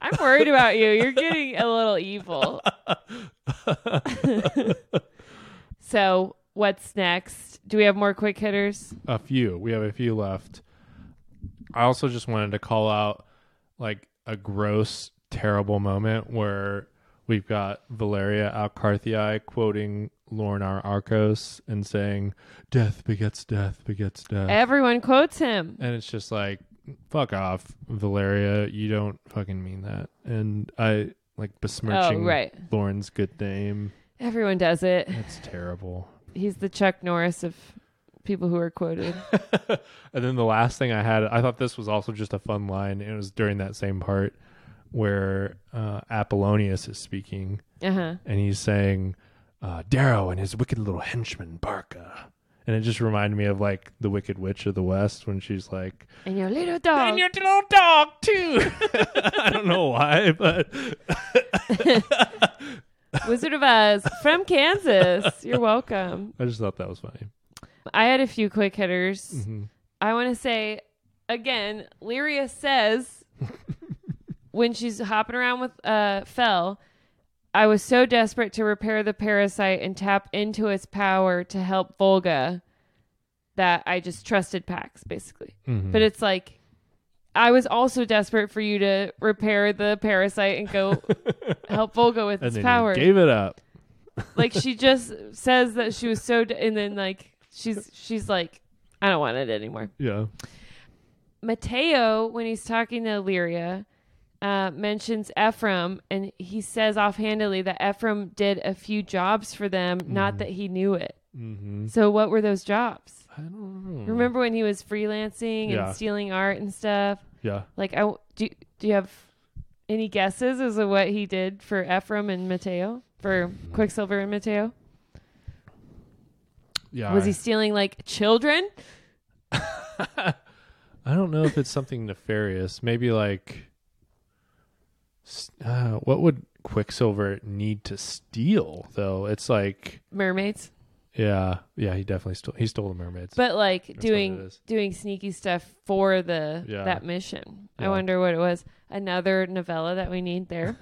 Speaker 2: I'm worried about you. You're getting a little evil. so what's next? Do we have more quick hitters?
Speaker 1: a few. We have a few left. I also just wanted to call out like a gross, terrible moment where we've got Valeria Alcarthii quoting Lornar Arcos and saying, "Death begets death begets death."
Speaker 2: Everyone quotes him.
Speaker 1: and it's just like fuck off valeria you don't fucking mean that and i like besmirching
Speaker 2: Oh, right.
Speaker 1: lauren's good name
Speaker 2: Everyone does it.
Speaker 1: that's terrible
Speaker 2: He's the Chuck Norris of people who are quoted.
Speaker 1: and then the last thing i had i thought this was also just a fun line and it was during that same part where uh, apollonius is speaking
Speaker 2: Uh-huh.
Speaker 1: and he's saying uh, darrow and his wicked little henchman barca and it just reminded me of like the wicked witch of the west when she's like
Speaker 2: And your little dog.
Speaker 1: and your little dog too. I don't know why, but
Speaker 2: Wizard of Oz from Kansas. You're welcome.
Speaker 1: I just thought that was funny.
Speaker 2: I had a few quick hitters.
Speaker 1: Mhm.
Speaker 2: I want to say again, Lyria says when she's hopping around with uh, Fell, I was so desperate to repair the parasite and tap into its power to help Volga that I just trusted Pax, basically.
Speaker 1: Mhm.
Speaker 2: But it's like, I was also desperate for you to repair the parasite and go help Volga with
Speaker 1: and
Speaker 2: its
Speaker 1: then
Speaker 2: power.
Speaker 1: you gave it up.
Speaker 2: like she just says that she was so, de- and then like she's she's like, I don't want it anymore.
Speaker 1: Yeah.
Speaker 2: Mateo, when he's talking to Illyria, uh, mentions Ephraim, and he says offhandedly that Ephraim did a few jobs for them, not that he knew it.
Speaker 1: Mm-hmm.
Speaker 2: So, what were those jobs?
Speaker 1: I don't know.
Speaker 2: Remember when he was freelancing
Speaker 1: Yeah.
Speaker 2: and stealing art and stuff?
Speaker 1: Yeah.
Speaker 2: Like, I w- do. Do you have any guesses as to what he did for Ephraim and Mateo, for
Speaker 1: Mm.
Speaker 2: Quicksilver and Mateo?
Speaker 1: Yeah.
Speaker 2: Was
Speaker 1: I,
Speaker 2: he stealing like children?
Speaker 1: I don't know if it's something nefarious. Maybe like S- Uh, what would Quicksilver need to steal though? It's like,
Speaker 2: mermaids,
Speaker 1: yeah, yeah, he definitely stole. He stole the mermaids.
Speaker 2: but like
Speaker 1: what it
Speaker 2: doing
Speaker 1: is.
Speaker 2: doing sneaky stuff for the
Speaker 1: Yeah.
Speaker 2: that mission.
Speaker 1: Yeah.
Speaker 2: I wonder what it was. Another novella that we need there.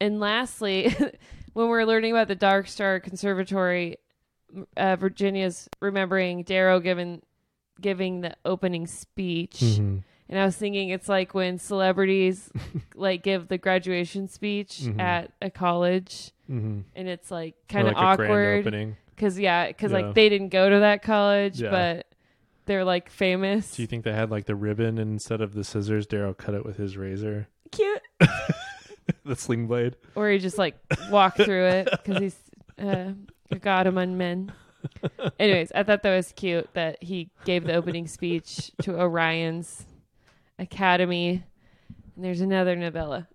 Speaker 2: and lastly, when we're learning about the Dark Star Conservatory, uh, Virginia's remembering Darrow giving giving the opening speech.
Speaker 1: Mhm.
Speaker 2: And I was thinking it's like when celebrities like give the graduation speech
Speaker 1: Mhm.
Speaker 2: at a college
Speaker 1: Mhm.
Speaker 2: and it's like
Speaker 1: Or
Speaker 2: kind of
Speaker 1: like a grand
Speaker 2: awkward
Speaker 1: opening.
Speaker 2: cuz yeah, cuz
Speaker 1: Yeah.
Speaker 2: like they didn't go to that college
Speaker 1: Yeah.
Speaker 2: but they're like famous.
Speaker 1: Do you think they had like the ribbon instead of the scissors? Daryl cut it with his razor,
Speaker 2: Cute.
Speaker 1: the sling blade.
Speaker 2: Or he just like walked through it cuz he's uh, a god among men. Anyways, I thought that was cute that he gave the opening speech to Orion's Academy. And there's another novella.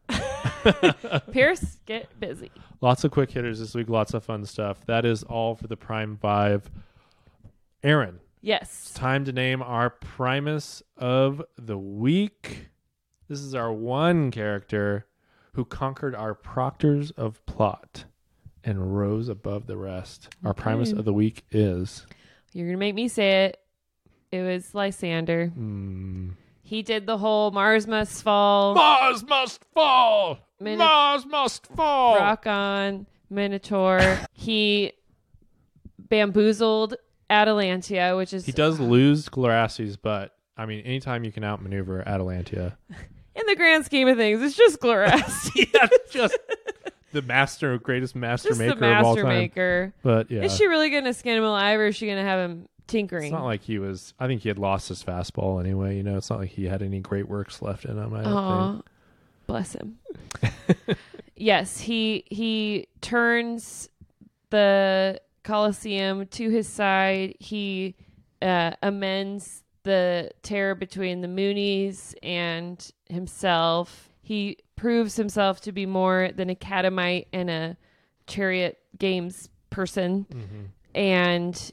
Speaker 2: Pierce, get busy.
Speaker 1: Lots of quick hitters this week. Lots of fun stuff. That is all for the Prime Five. Aaron,
Speaker 2: Yes.
Speaker 1: time to name our Primus of the week. This is our one character who conquered our proctors of plot and rose above the rest. Our Primus
Speaker 2: Okay.
Speaker 1: of the week is.
Speaker 2: You're gonna make me say it. It was Lysander.
Speaker 1: Hmm.
Speaker 2: He did the whole Mars must fall,
Speaker 1: Mars must fall.
Speaker 2: Minute-
Speaker 1: Mars must fall.
Speaker 2: rock on, Minotaur. he bamboozled Atalantia, which is
Speaker 1: He does lose Glorastes, but I mean, anytime you can outmaneuver Atalantia,
Speaker 2: in the grand scheme of things, it's just Glorast.
Speaker 1: yeah, just the master, greatest master
Speaker 2: just
Speaker 1: maker
Speaker 2: the
Speaker 1: of all
Speaker 2: master
Speaker 1: time.
Speaker 2: maker.
Speaker 1: But yeah,
Speaker 2: Is she really gonna skin him alive, or is she gonna have him tinkering?
Speaker 1: it's not like he was. I think he had lost his fastball anyway. You know, it's not like he had any great works left in him. I don't
Speaker 2: Aw,
Speaker 1: think.
Speaker 2: bless him. yes, he he turns the Colosseum to his side. He uh, amends the tear between the Moonies and himself. He proves himself to be more than a catamite and a chariot games person,
Speaker 1: Mm-hmm.
Speaker 2: and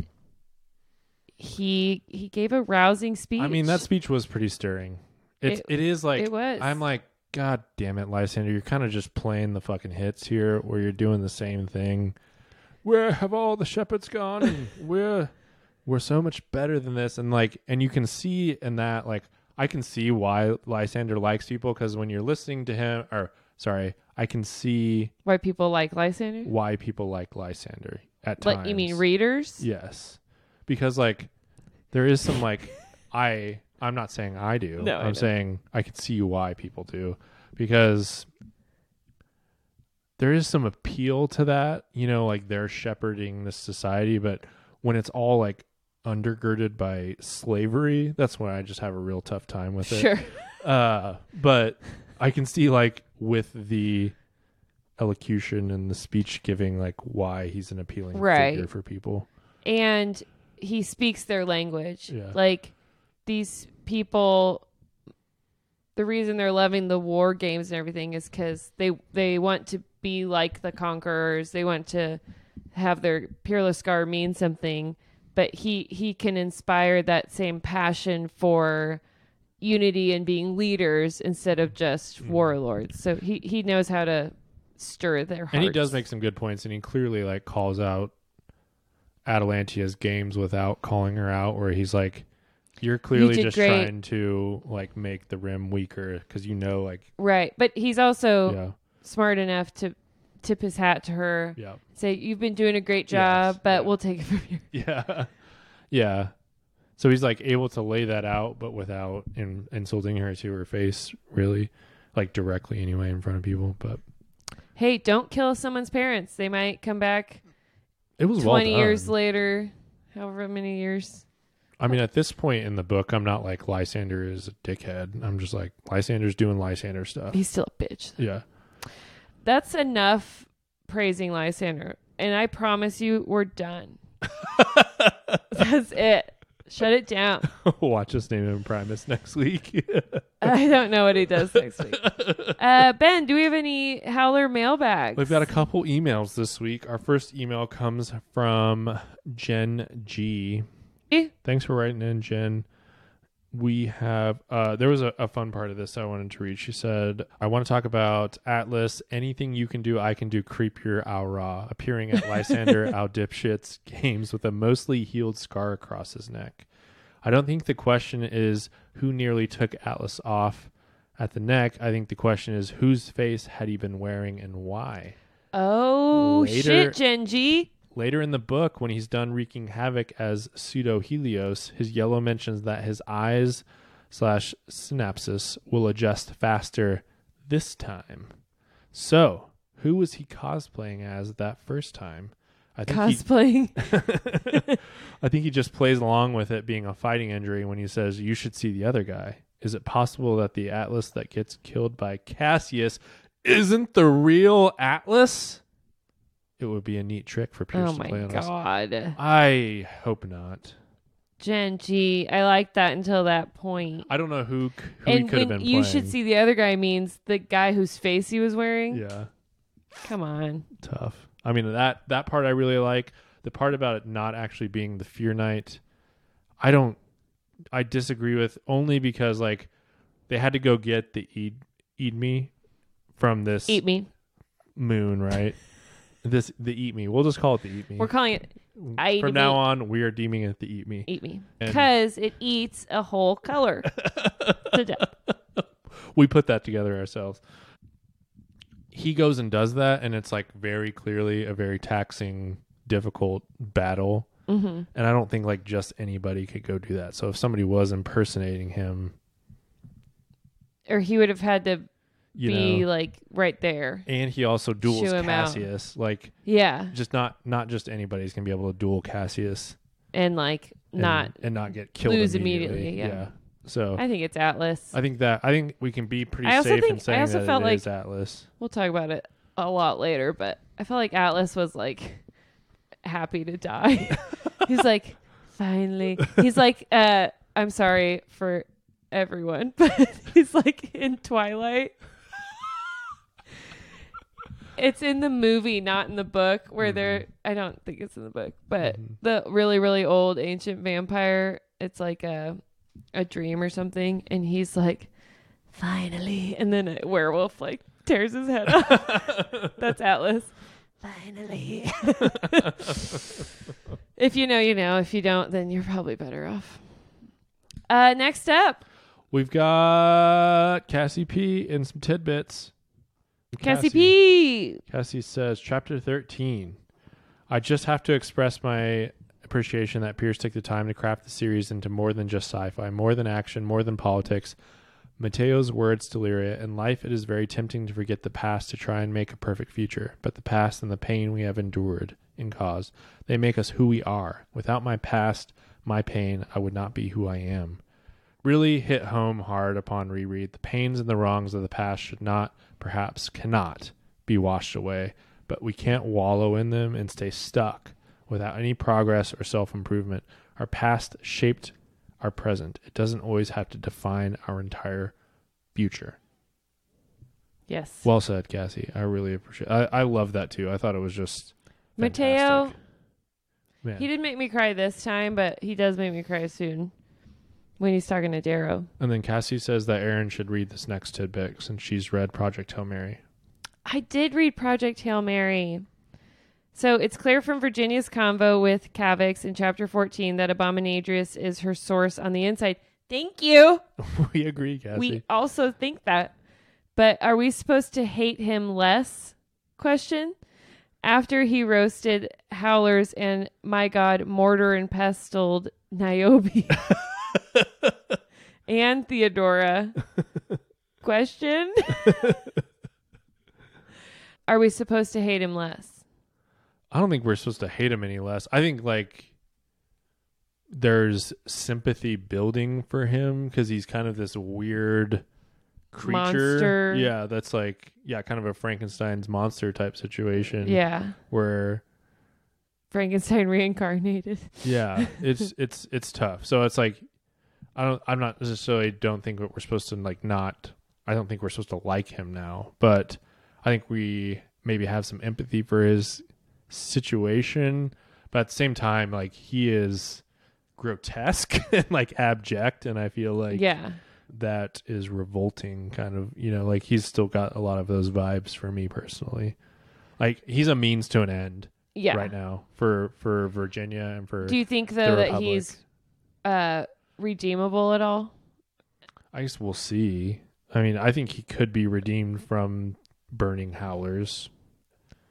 Speaker 2: he he gave a rousing speech.
Speaker 1: I mean, that speech was pretty stirring. It's
Speaker 2: It-
Speaker 1: it is like
Speaker 2: it was.
Speaker 1: I'm like, God damn it, Lysander, you're kind of just playing the fucking hits here, where you're doing the same thing. Where have all the shepherds gone? And we're we're so much better than this, and like, and you can see in that, like, I can see why Lysander likes people because when you're listening to him, or sorry, I can see
Speaker 2: why people like Lysander.
Speaker 1: why people like Lysander at times.
Speaker 2: Like you mean readers?
Speaker 1: Yes, because like there is some like I I'm not saying I do.
Speaker 2: No, I
Speaker 1: I'm
Speaker 2: know.
Speaker 1: saying I can see why people do because there is some appeal to that. You know, like they're shepherding this society, but when it's all like undergirded by slavery, that's when I just have a real tough time with it
Speaker 2: Sure.
Speaker 1: uh but i can see like with the elocution and the speech giving like why he's an appealing
Speaker 2: Right.
Speaker 1: figure for people
Speaker 2: And he speaks their language.
Speaker 1: Yeah.
Speaker 2: Like these people the reason they're loving the war games and everything is cuz they they want to be like the conquerors. They want to have their peerless scar mean something, but he he can inspire that same passion for unity and being leaders instead of just
Speaker 1: Hmm.
Speaker 2: warlords. So he he knows how to stir their hearts.
Speaker 1: and he does make some good points and he clearly like calls out atalantia's games without calling her out where he's like you're clearly
Speaker 2: did
Speaker 1: just
Speaker 2: great."
Speaker 1: trying to like make the rim weaker because you know like
Speaker 2: Right, but he's also
Speaker 1: yeah
Speaker 2: smart enough to tip his hat to her.
Speaker 1: yeah
Speaker 2: Say you've been doing a great job,
Speaker 1: Yes,
Speaker 2: but
Speaker 1: yeah.
Speaker 2: we'll take it from here.
Speaker 1: yeah yeah so he's like able to lay that out but without in, insulting her to her face really like directly anyway in front of people but
Speaker 2: Hey, don't kill someone's parents. They might come back
Speaker 1: it was well
Speaker 2: twenty years
Speaker 1: done.
Speaker 2: later, however many years.
Speaker 1: i mean at this point in the book i'm not like lysander is a dickhead i'm just like lysander's doing lysander stuff
Speaker 2: He's still a bitch.
Speaker 1: yeah
Speaker 2: That's enough praising Lysander, and I promise you, we're done. That's it. Shut it down.
Speaker 1: watch us name him primus next week
Speaker 2: I don't know what he does next week. Uh, ben, do we have any howler mailbags?
Speaker 1: We've got a couple emails this week. Our first email comes from Jen G.
Speaker 2: Eh?
Speaker 1: Thanks for writing in, Jen. we have uh there was a, a fun part of this i wanted to read she said i want to talk about atlas anything you can do i can do creep your aura appearing at lysander our dipshits games with a mostly healed scar across his neck i don't think the question is who nearly took atlas off at the neck i think the question is whose face had he been wearing and why
Speaker 2: Oh
Speaker 1: Later-
Speaker 2: shit, Genji.
Speaker 1: Later in the book, when he's done wreaking havoc as pseudo Helios, his yellow mentions that his eyes slash synapses will adjust faster this time. So, who was he cosplaying as that first time? I think he-
Speaker 2: Cosplaying.
Speaker 1: I think he just plays along with it being a fighting injury when he says, You should see the other guy. Is it possible that the Atlas that gets killed by Cassius isn't the real Atlas? It would be a neat trick for Pierce
Speaker 2: oh
Speaker 1: to
Speaker 2: my
Speaker 1: play on us.
Speaker 2: god,
Speaker 1: I hope not.
Speaker 2: Genji. I like that until that point.
Speaker 1: I don't know who, c- who he
Speaker 2: and
Speaker 1: could have
Speaker 2: when
Speaker 1: been
Speaker 2: you
Speaker 1: playing.
Speaker 2: should see the other guy means the guy whose face he was wearing.
Speaker 1: Yeah,
Speaker 2: Come on.
Speaker 1: tough. I mean that that part I really like. The part about it not actually being the Fear Knight, I don't. I disagree with only because like they had to go get the eat eat me from this
Speaker 2: Eat me.
Speaker 1: moon, right? this the eat me. We'll just call it the eat me.
Speaker 2: We're calling it I eat
Speaker 1: from
Speaker 2: me.
Speaker 1: now on, we are deeming it the eat me.
Speaker 2: eat me
Speaker 1: And-
Speaker 2: because it eats a whole color to death.
Speaker 1: we put that together ourselves. He goes and does that, and it's like very clearly a very taxing, difficult battle.
Speaker 2: Mhm.
Speaker 1: And I don't think like just anybody could go do that. So if somebody was impersonating him,
Speaker 2: Or he would have had to
Speaker 1: you
Speaker 2: be
Speaker 1: know,
Speaker 2: like right there.
Speaker 1: and he also duels
Speaker 2: Shoo him out.
Speaker 1: Cassius, like
Speaker 2: Yeah.
Speaker 1: just not not just anybody's gonna be able to duel Cassius,
Speaker 2: And like
Speaker 1: and,
Speaker 2: not.
Speaker 1: and not get killed
Speaker 2: lose
Speaker 1: immediately.
Speaker 2: immediately, yeah.
Speaker 1: So I,
Speaker 2: I think it's Atlas.
Speaker 1: think that I think we can be pretty
Speaker 2: I also
Speaker 1: safe in
Speaker 2: think- I
Speaker 1: saying
Speaker 2: also
Speaker 1: that
Speaker 2: felt
Speaker 1: it is
Speaker 2: like-
Speaker 1: Atlas.
Speaker 2: We'll talk about it a lot later, but I felt like Atlas was like happy to die. He's like, finally. He's like, uh, I'm sorry for everyone, but he's like in Twilight. It's in the movie, not in the book, where they're I don't think it's in the book, but
Speaker 1: Mm-hmm.
Speaker 2: the really, really old ancient vampire, it's like a a dream or something, and he's like, Finally and then a werewolf like tears his head off. That's Atlas.
Speaker 4: Finally.
Speaker 2: If you know, you know. If you don't, then you're probably better off. Uh, next up,
Speaker 1: We've got Cassie P and some tidbits.
Speaker 2: Cassie P.
Speaker 1: Cassie says, Chapter 13. I just have to express my appreciation that Pierce took the time to craft the series into more than just sci fi, more than action, more than politics. Mateo's words deliria in life it is very tempting to forget the past to try and make a perfect future, but the past and the pain we have endured and caused, they make us who we are. Without my past, my pain, I would not be who I am really hit home hard upon reread. The pains and the wrongs of the past should not, perhaps cannot, be washed away, but we can't wallow in them and stay stuck without any progress or self improvement. Our past shaped our present. It doesn't always have to define our entire future.
Speaker 2: Yes.
Speaker 1: Well said, Cassie. I really appreciate I, I love that too. I thought it was just
Speaker 2: Mateo,
Speaker 1: fantastic. Man.
Speaker 2: he didn't make me cry this time, but he does make me cry soon when he's talking to Darrow.
Speaker 1: And then Cassie says that Erin should read this next tidbit since she's read Project Hail Mary.
Speaker 2: I did read Project Hail Mary. So it's clear from Virginia's convo with Cavix in chapter 14 that Abominadrius is her source on the inside. Thank you.
Speaker 1: we agree, Cassie.
Speaker 2: we also think that but are we supposed to hate him less question after he roasted howlers and my god mortar and pestled niobe and theodora question are we supposed to hate him less
Speaker 1: I don't think we're supposed to hate him any less. I think like there's sympathy building for him because he's kind of this weird creature.
Speaker 2: Monster.
Speaker 1: Yeah, that's like yeah, kind of a Frankenstein's monster type situation.
Speaker 2: yeah
Speaker 1: Where
Speaker 2: frankenstein reincarnated
Speaker 1: yeah, it's it's it's tough. So it's like I don't I'm not necessarily don't think that we're supposed to like not I don't think we're supposed to like him now, but I think we maybe have some empathy for his situation, but at the same time like he is grotesque and like abject and i feel like
Speaker 2: yeah.
Speaker 1: that is revolting kind of you know like he's still got a lot of those vibes for me personally like he's a means to an end
Speaker 2: Yeah.
Speaker 1: right now for for virginia and for
Speaker 2: Do you think
Speaker 1: the
Speaker 2: though that
Speaker 1: Republic.
Speaker 2: he's uh redeemable at all?
Speaker 1: i guess we'll see i mean i think he could be redeemed from burning howlers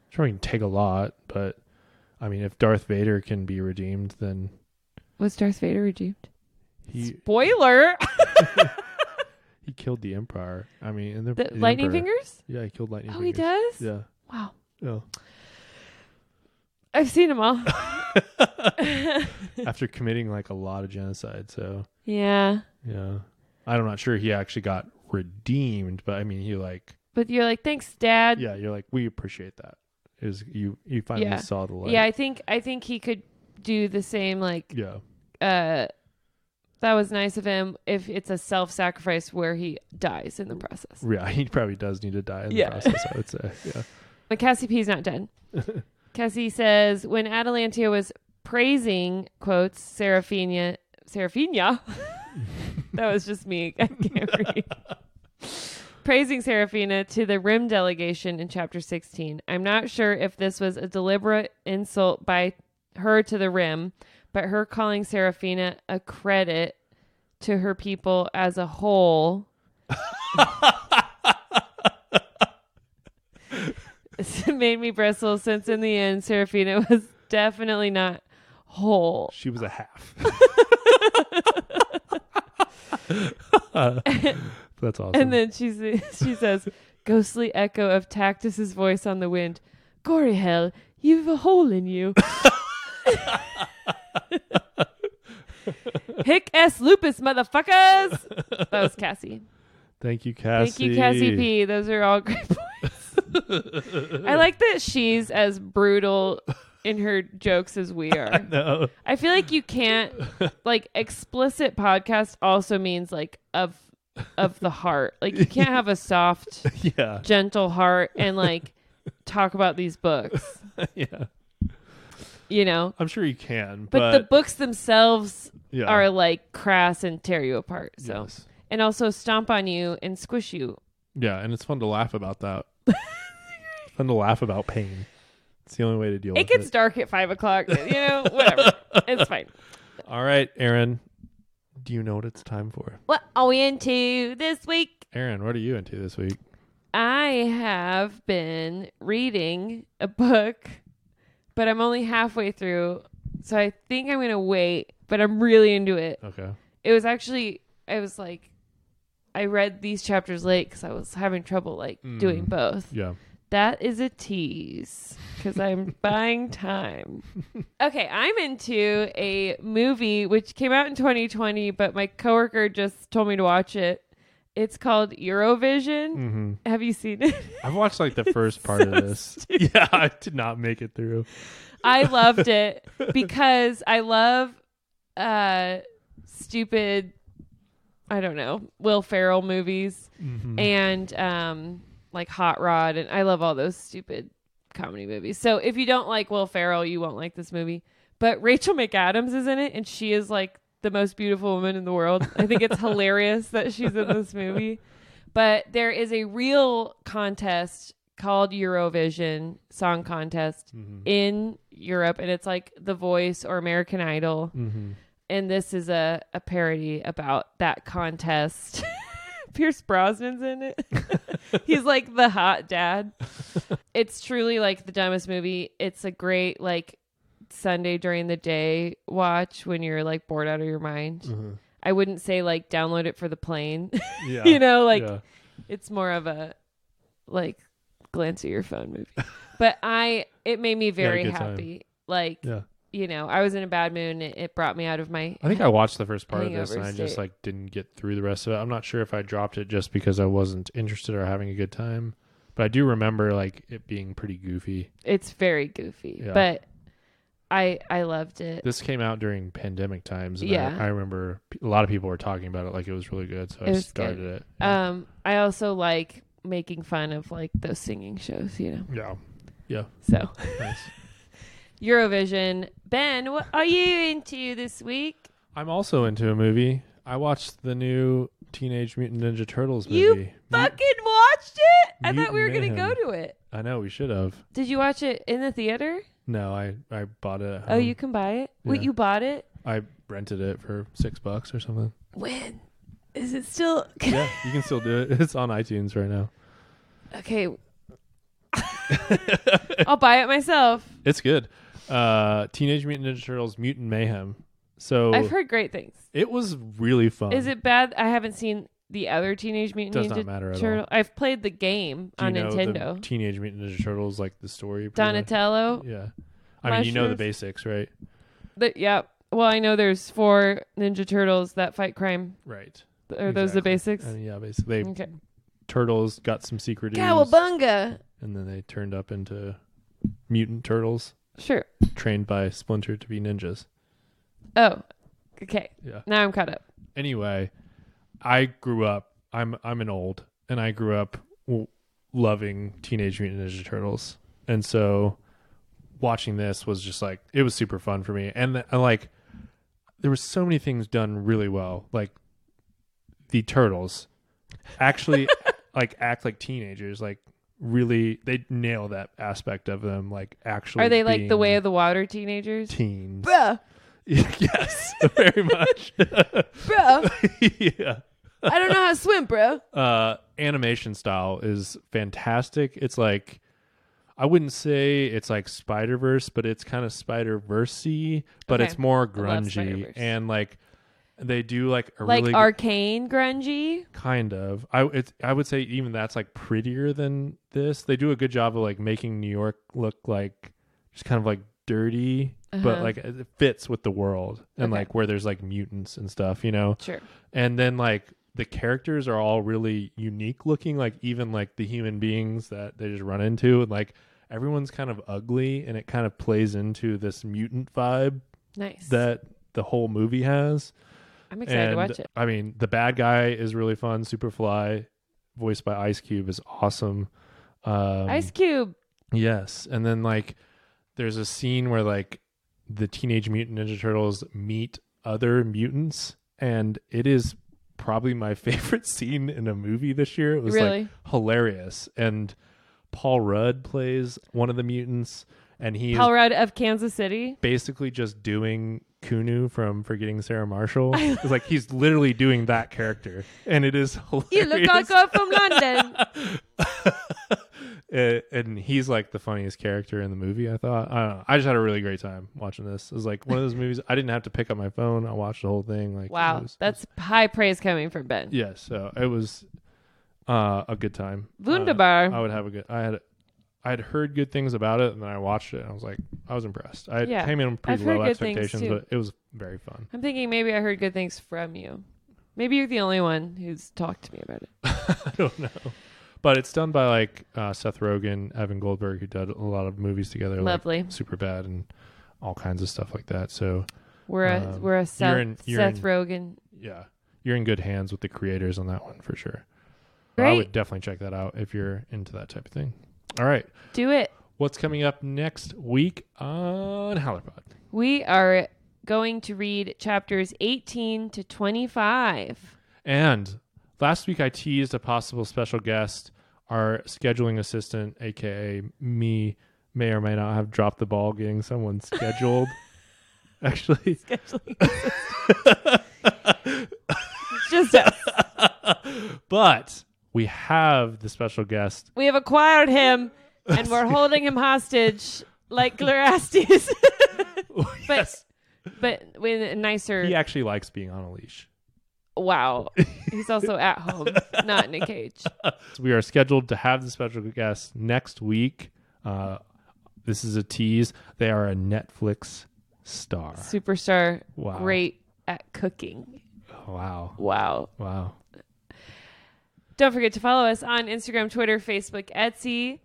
Speaker 1: sure he can take a lot but i mean if darth vader can be redeemed then
Speaker 2: Was Darth Vader redeemed?
Speaker 1: he
Speaker 2: Spoiler:
Speaker 1: he killed the emperor i mean and the,
Speaker 2: the
Speaker 1: the
Speaker 2: lightning
Speaker 1: Emperor.
Speaker 2: fingers.
Speaker 1: yeah he killed lightning
Speaker 2: Oh, he
Speaker 1: fingers
Speaker 2: does.
Speaker 1: yeah Oh.
Speaker 2: Wow,
Speaker 1: yeah
Speaker 2: I've seen them all.
Speaker 1: after committing like a lot of genocide so
Speaker 2: yeah,
Speaker 1: Yeah. I'm not sure he actually got redeemed, but I mean, he like,
Speaker 2: but you're like, thanks, Dad.
Speaker 1: yeah, you're like, we appreciate that. Is you you finally
Speaker 2: Yeah.
Speaker 1: saw the light?
Speaker 2: yeah. I think I think he could do the same. Like,
Speaker 1: yeah,
Speaker 2: uh, that was nice of him. If it's a self-sacrifice where he dies in the process,
Speaker 1: yeah. He probably does need to die in the
Speaker 2: Yeah.
Speaker 1: process. I would say, yeah,
Speaker 2: But Cassie P's not done. Cassie says when Atalantia was praising quotes Seraphina Seraphina That was just me. I can't read. praising Seraphina to the Rim delegation in chapter 16. I'm not sure if this was a deliberate insult by her to the Rim, but her calling Seraphina a credit to her people as a whole made me bristle since in the end Seraphina was definitely not whole.
Speaker 1: she was a half. That's awesome.
Speaker 2: And then she sa- she says, ghostly echo of Tactus's voice on the wind. Gory hell, you've a hole in you. Hick S lupus, motherfuckers. That was Cassie.
Speaker 1: Thank you, Cassie.
Speaker 2: Thank you, Cassie P. Those are all great points. I like that she's as brutal in her jokes as we are.
Speaker 1: No,
Speaker 2: I feel like you can't like explicit podcast also means like of of the heart. Like you can't have a soft,
Speaker 1: yeah,
Speaker 2: gentle heart and like talk about these books,
Speaker 1: yeah.
Speaker 2: you know?
Speaker 1: I'm sure you can,
Speaker 2: But,
Speaker 1: but,
Speaker 2: the books themselves
Speaker 1: yeah.
Speaker 2: are like crass and tear you apart. So
Speaker 1: yes.
Speaker 2: and also stomp on you and squish you.
Speaker 1: Yeah, and it's fun to laugh about that. fun to laugh about pain. It's the only way to deal
Speaker 2: It
Speaker 1: with
Speaker 2: gets
Speaker 1: it.
Speaker 2: dark at five o'clock. You know, whatever. it's fine.
Speaker 1: All right, Aaron. Do you know what it's time for?
Speaker 2: What are we into this week?
Speaker 1: Aaron, what are you into this week?
Speaker 2: I have been reading a book, but I'm only halfway through. So I think I'm going to wait, but I'm really into it.
Speaker 1: Okay.
Speaker 2: It was actually, I was like, I read these chapters late because I was having trouble like doing
Speaker 1: Mm.
Speaker 2: both.
Speaker 1: Yeah.
Speaker 2: That is a tease because I'm buying time. Okay, I'm into a movie which came out in 2020, but my coworker just told me to watch it. It's called Eurovision.
Speaker 1: Mm-hmm.
Speaker 2: Have you seen it?
Speaker 1: I've watched like the first part of this. Yeah, I did not make it through.
Speaker 2: I loved it because I love uh stupid I don't know, Will Ferrell movies
Speaker 1: Mm-hmm.
Speaker 2: and um like Hot Rod and I love all those stupid comedy movies. So if you don't like Will Ferrell, you won't like this movie. But Rachel McAdams is in it and she is like the most beautiful woman in the world. I think it's hilarious that she's in this movie. But there is a real contest called Eurovision Song Contest
Speaker 1: Mm-hmm.
Speaker 2: in Europe, and it's like The Voice or American Idol.
Speaker 1: Mm-hmm.
Speaker 2: And this is a, a parody about that contest. Pierce Brosnan's in it. He's like the hot dad. It's truly like the dumbest movie. It's a great, like, Sunday during the day watch when you're like bored out of your mind.
Speaker 1: Mm.
Speaker 2: I wouldn't say like download it for the plane.
Speaker 1: Mm-hmm. Yeah.
Speaker 2: you know, like,
Speaker 1: yeah.
Speaker 2: it's more of a like glance at your phone movie but i it made me very
Speaker 1: good time.
Speaker 2: happy like
Speaker 1: Yeah.
Speaker 2: you know i was in a bad mood and it, it brought me out of my
Speaker 1: I think I watched the first part of
Speaker 2: Hangover
Speaker 1: this and I just
Speaker 2: state.
Speaker 1: like didn't get through the rest of it. I'm not sure if I dropped it just because I wasn't interested or having a good time, but I do remember like it being pretty goofy.
Speaker 2: it's very goofy
Speaker 1: Yeah.
Speaker 2: but i i loved it
Speaker 1: This came out during pandemic times, and
Speaker 2: Yeah.
Speaker 1: I, I remember p- a lot of people were talking about it like it was really good, so
Speaker 2: It
Speaker 1: I
Speaker 2: was
Speaker 1: started
Speaker 2: good.
Speaker 1: it. Yeah.
Speaker 2: um i also like making fun of like those singing shows you know
Speaker 1: yeah,
Speaker 2: so
Speaker 1: nice.
Speaker 2: eurovision ben what are you into this week
Speaker 1: I'm also into a movie. I watched the new Teenage Mutant Ninja Turtles movie.
Speaker 2: You
Speaker 1: Mut-
Speaker 2: Fucking watched it? I
Speaker 1: Mute
Speaker 2: thought we were going to go
Speaker 1: Mayhem.
Speaker 2: to it.
Speaker 1: I know we should have.
Speaker 2: Did you watch it in the theater?
Speaker 1: No, I I bought it. At
Speaker 2: oh,
Speaker 1: home.
Speaker 2: you can buy it? Wait,
Speaker 1: Um, yeah.
Speaker 2: you bought it?
Speaker 1: I rented it for six bucks or something.
Speaker 2: When? Is it still.
Speaker 1: Yeah, you can still do it. It's on iTunes right now.
Speaker 2: okay. I'll buy it myself.
Speaker 1: It's good. Uh, Teenage Mutant Ninja Turtles: Mutant Mayhem. So
Speaker 2: I've heard great things.
Speaker 1: it was really fun.
Speaker 2: Is it bad? I haven't seen the other Teenage Mutant
Speaker 1: Um, Does
Speaker 2: Ninja
Speaker 1: not matter at all.
Speaker 2: Turtle. I've played the game
Speaker 1: Do you
Speaker 2: on
Speaker 1: know the
Speaker 2: Nintendo.
Speaker 1: Teenage Mutant Ninja Turtles, like the story. pretty much?
Speaker 2: Donatello.
Speaker 1: Yeah. I mean, you know the
Speaker 2: Mushrooms?
Speaker 1: basics, right?
Speaker 2: The, yeah. Well, I know there's four Ninja Turtles that fight crime.
Speaker 1: Right.
Speaker 2: Are those the
Speaker 1: Exactly.
Speaker 2: basics?
Speaker 1: And yeah, basically, they
Speaker 2: Okay.
Speaker 1: turtles got some secret dudes,
Speaker 2: Cowabunga.
Speaker 1: and then they turned up into mutant turtles
Speaker 2: Sure.
Speaker 1: trained by Splinter to be ninjas.
Speaker 2: Oh. Okay.
Speaker 1: Yeah.
Speaker 2: Now I'm caught up.
Speaker 1: Anyway, I grew up. I'm I'm an old, and I grew up w- loving Teenage Mutant Ninja Turtles, and so watching this was just like it was super fun for me, and I like there were so many things done really well, like the turtles actually like act like teenagers, like really they nail that aspect of them, like actually
Speaker 2: Are they like the
Speaker 1: being
Speaker 2: way of the water teenagers?
Speaker 1: teens?
Speaker 2: Bruh.
Speaker 1: yes, very much.
Speaker 2: Bruh.
Speaker 1: yeah.
Speaker 2: I don't know how to swim, bro.
Speaker 1: uh animation style is fantastic. It's like I wouldn't say it's like Spider Verse, but it's kind of Spider Versey, but
Speaker 2: Okay.
Speaker 1: it's more
Speaker 2: I love
Speaker 1: grungy
Speaker 2: Spider-Verse.
Speaker 1: and like they do like a
Speaker 2: Like
Speaker 1: really
Speaker 2: arcane grungy.
Speaker 1: kind of. I it's, I would say even that's like prettier than this. They do a good job of like making New York look like just kind of like dirty, but
Speaker 2: Uh-huh.
Speaker 1: like it fits with the world and
Speaker 2: Okay.
Speaker 1: like where there's like mutants and stuff, you know
Speaker 2: Sure.
Speaker 1: and then like the characters are all really unique looking like even like the human beings that they just run into and like everyone's kind of ugly and it kind of plays into this mutant vibe
Speaker 2: Nice.
Speaker 1: that the whole movie has
Speaker 2: I'm excited
Speaker 1: and
Speaker 2: to watch it.
Speaker 1: i mean the bad guy is really fun superfly voiced by ice cube is awesome um,
Speaker 2: Ice Cube.
Speaker 1: Yes, and then like there's a scene where like the Teenage Mutant Ninja Turtles meet other mutants, and it is probably my favorite scene in a movie this year. It was
Speaker 2: Really?
Speaker 1: like hilarious, and Paul Rudd plays one of the mutants, and he
Speaker 2: Paul
Speaker 1: is
Speaker 2: Rudd of Kansas City.
Speaker 1: basically just doing Kunu from Forgetting Sarah Marshall. it's like he's literally doing that character, and it is hilarious
Speaker 2: You look like I'm from London.
Speaker 1: uh, and he's like the funniest character in the movie. I thought. I don't know. I just had a really great time watching this. It was like one of those movies I didn't have to pick up my phone. I watched the whole thing. Like it
Speaker 2: Wow,
Speaker 1: was-
Speaker 2: that's high praise coming from Ben.
Speaker 1: yeah. So it was uh, a good time. Uh,
Speaker 2: Wunderbar.
Speaker 1: I would have a good. I had. I had heard good things about it, and then I watched it, and I was like, I was impressed. I
Speaker 2: Yeah.
Speaker 1: came in pretty
Speaker 2: I've heard
Speaker 1: low
Speaker 2: good things,
Speaker 1: expectations,
Speaker 2: too.
Speaker 1: but it was very fun.
Speaker 2: I'm thinking maybe I heard good things from you. Maybe you're the only one who's talked to me about it.
Speaker 1: I don't know, but it's done by like uh, Seth Rogen, Evan Goldberg, who did a lot of movies together, like
Speaker 2: Lovely.
Speaker 1: super bad and all kinds of stuff like that. So
Speaker 2: We're a
Speaker 1: Um,
Speaker 2: we're a Seth,
Speaker 1: in- you're
Speaker 2: Seth
Speaker 1: in-
Speaker 2: Rogen.
Speaker 1: yeah, you're in good hands with the creators on that one for sure. But I
Speaker 2: Great,
Speaker 1: would definitely check that out if you're into that type of thing. All right,
Speaker 2: do it.
Speaker 1: what's coming up next week on Hallerpod?
Speaker 2: We are going to read chapters 18 to 25.
Speaker 1: And last week I teased a possible special guest, our scheduling assistant, aka me, may or may not have dropped the ball getting someone scheduled. Actually,
Speaker 2: It's just us.
Speaker 1: but we have the special guest.
Speaker 2: we have acquired him, and we're holding him hostage like Glorastes,
Speaker 1: Oh, yes,
Speaker 2: but with a nicer.
Speaker 1: he actually likes being on a leash.
Speaker 2: Wow, he's also at home, not in a cage.
Speaker 1: So we are scheduled to have the special guest next week. Uh, this is a tease. They are a Netflix star.
Speaker 2: superstar
Speaker 1: Wow.
Speaker 2: great at cooking
Speaker 1: Wow.
Speaker 2: wow
Speaker 1: Wow.
Speaker 2: don't forget to follow us on instagram twitter facebook etsy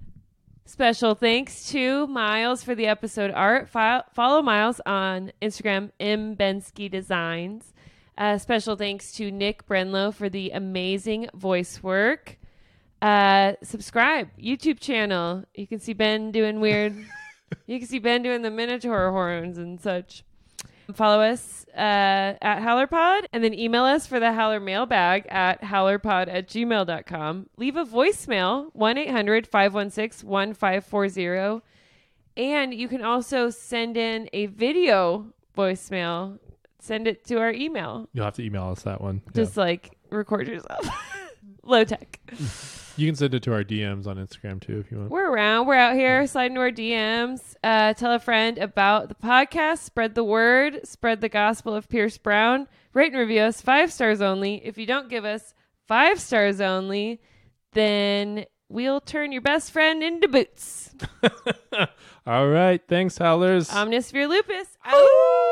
Speaker 2: special thanks to miles for the episode art Fo- follow miles on instagram m bensky designs uh, special thanks to nick brenlow for the amazing voice work uh, subscribe youtube channel you can see ben doing weird you can see ben doing the minotaur horns and such Follow us uh, at HowlerPod and then email us for the Howler mailbag at howlerpod at gmail.com. Leave a voicemail, 1 800 516 1540. And you can also send in a video voicemail, send it to our email.
Speaker 1: You'll have to email us that one. Yeah.
Speaker 2: Just like record yourself. Low tech.
Speaker 1: You can send it to our DMs on Instagram too if you want.
Speaker 2: We're around. We're out here. Slide into our DMs. Uh, tell a friend about the podcast. Spread the word. Spread the gospel of Pierce Brown. Rate and review us five stars only. If you don't give us five stars only, then we'll turn your best friend into boots.
Speaker 1: All right. Thanks, Howlers.
Speaker 2: Uh, Omnis for lupus. Out.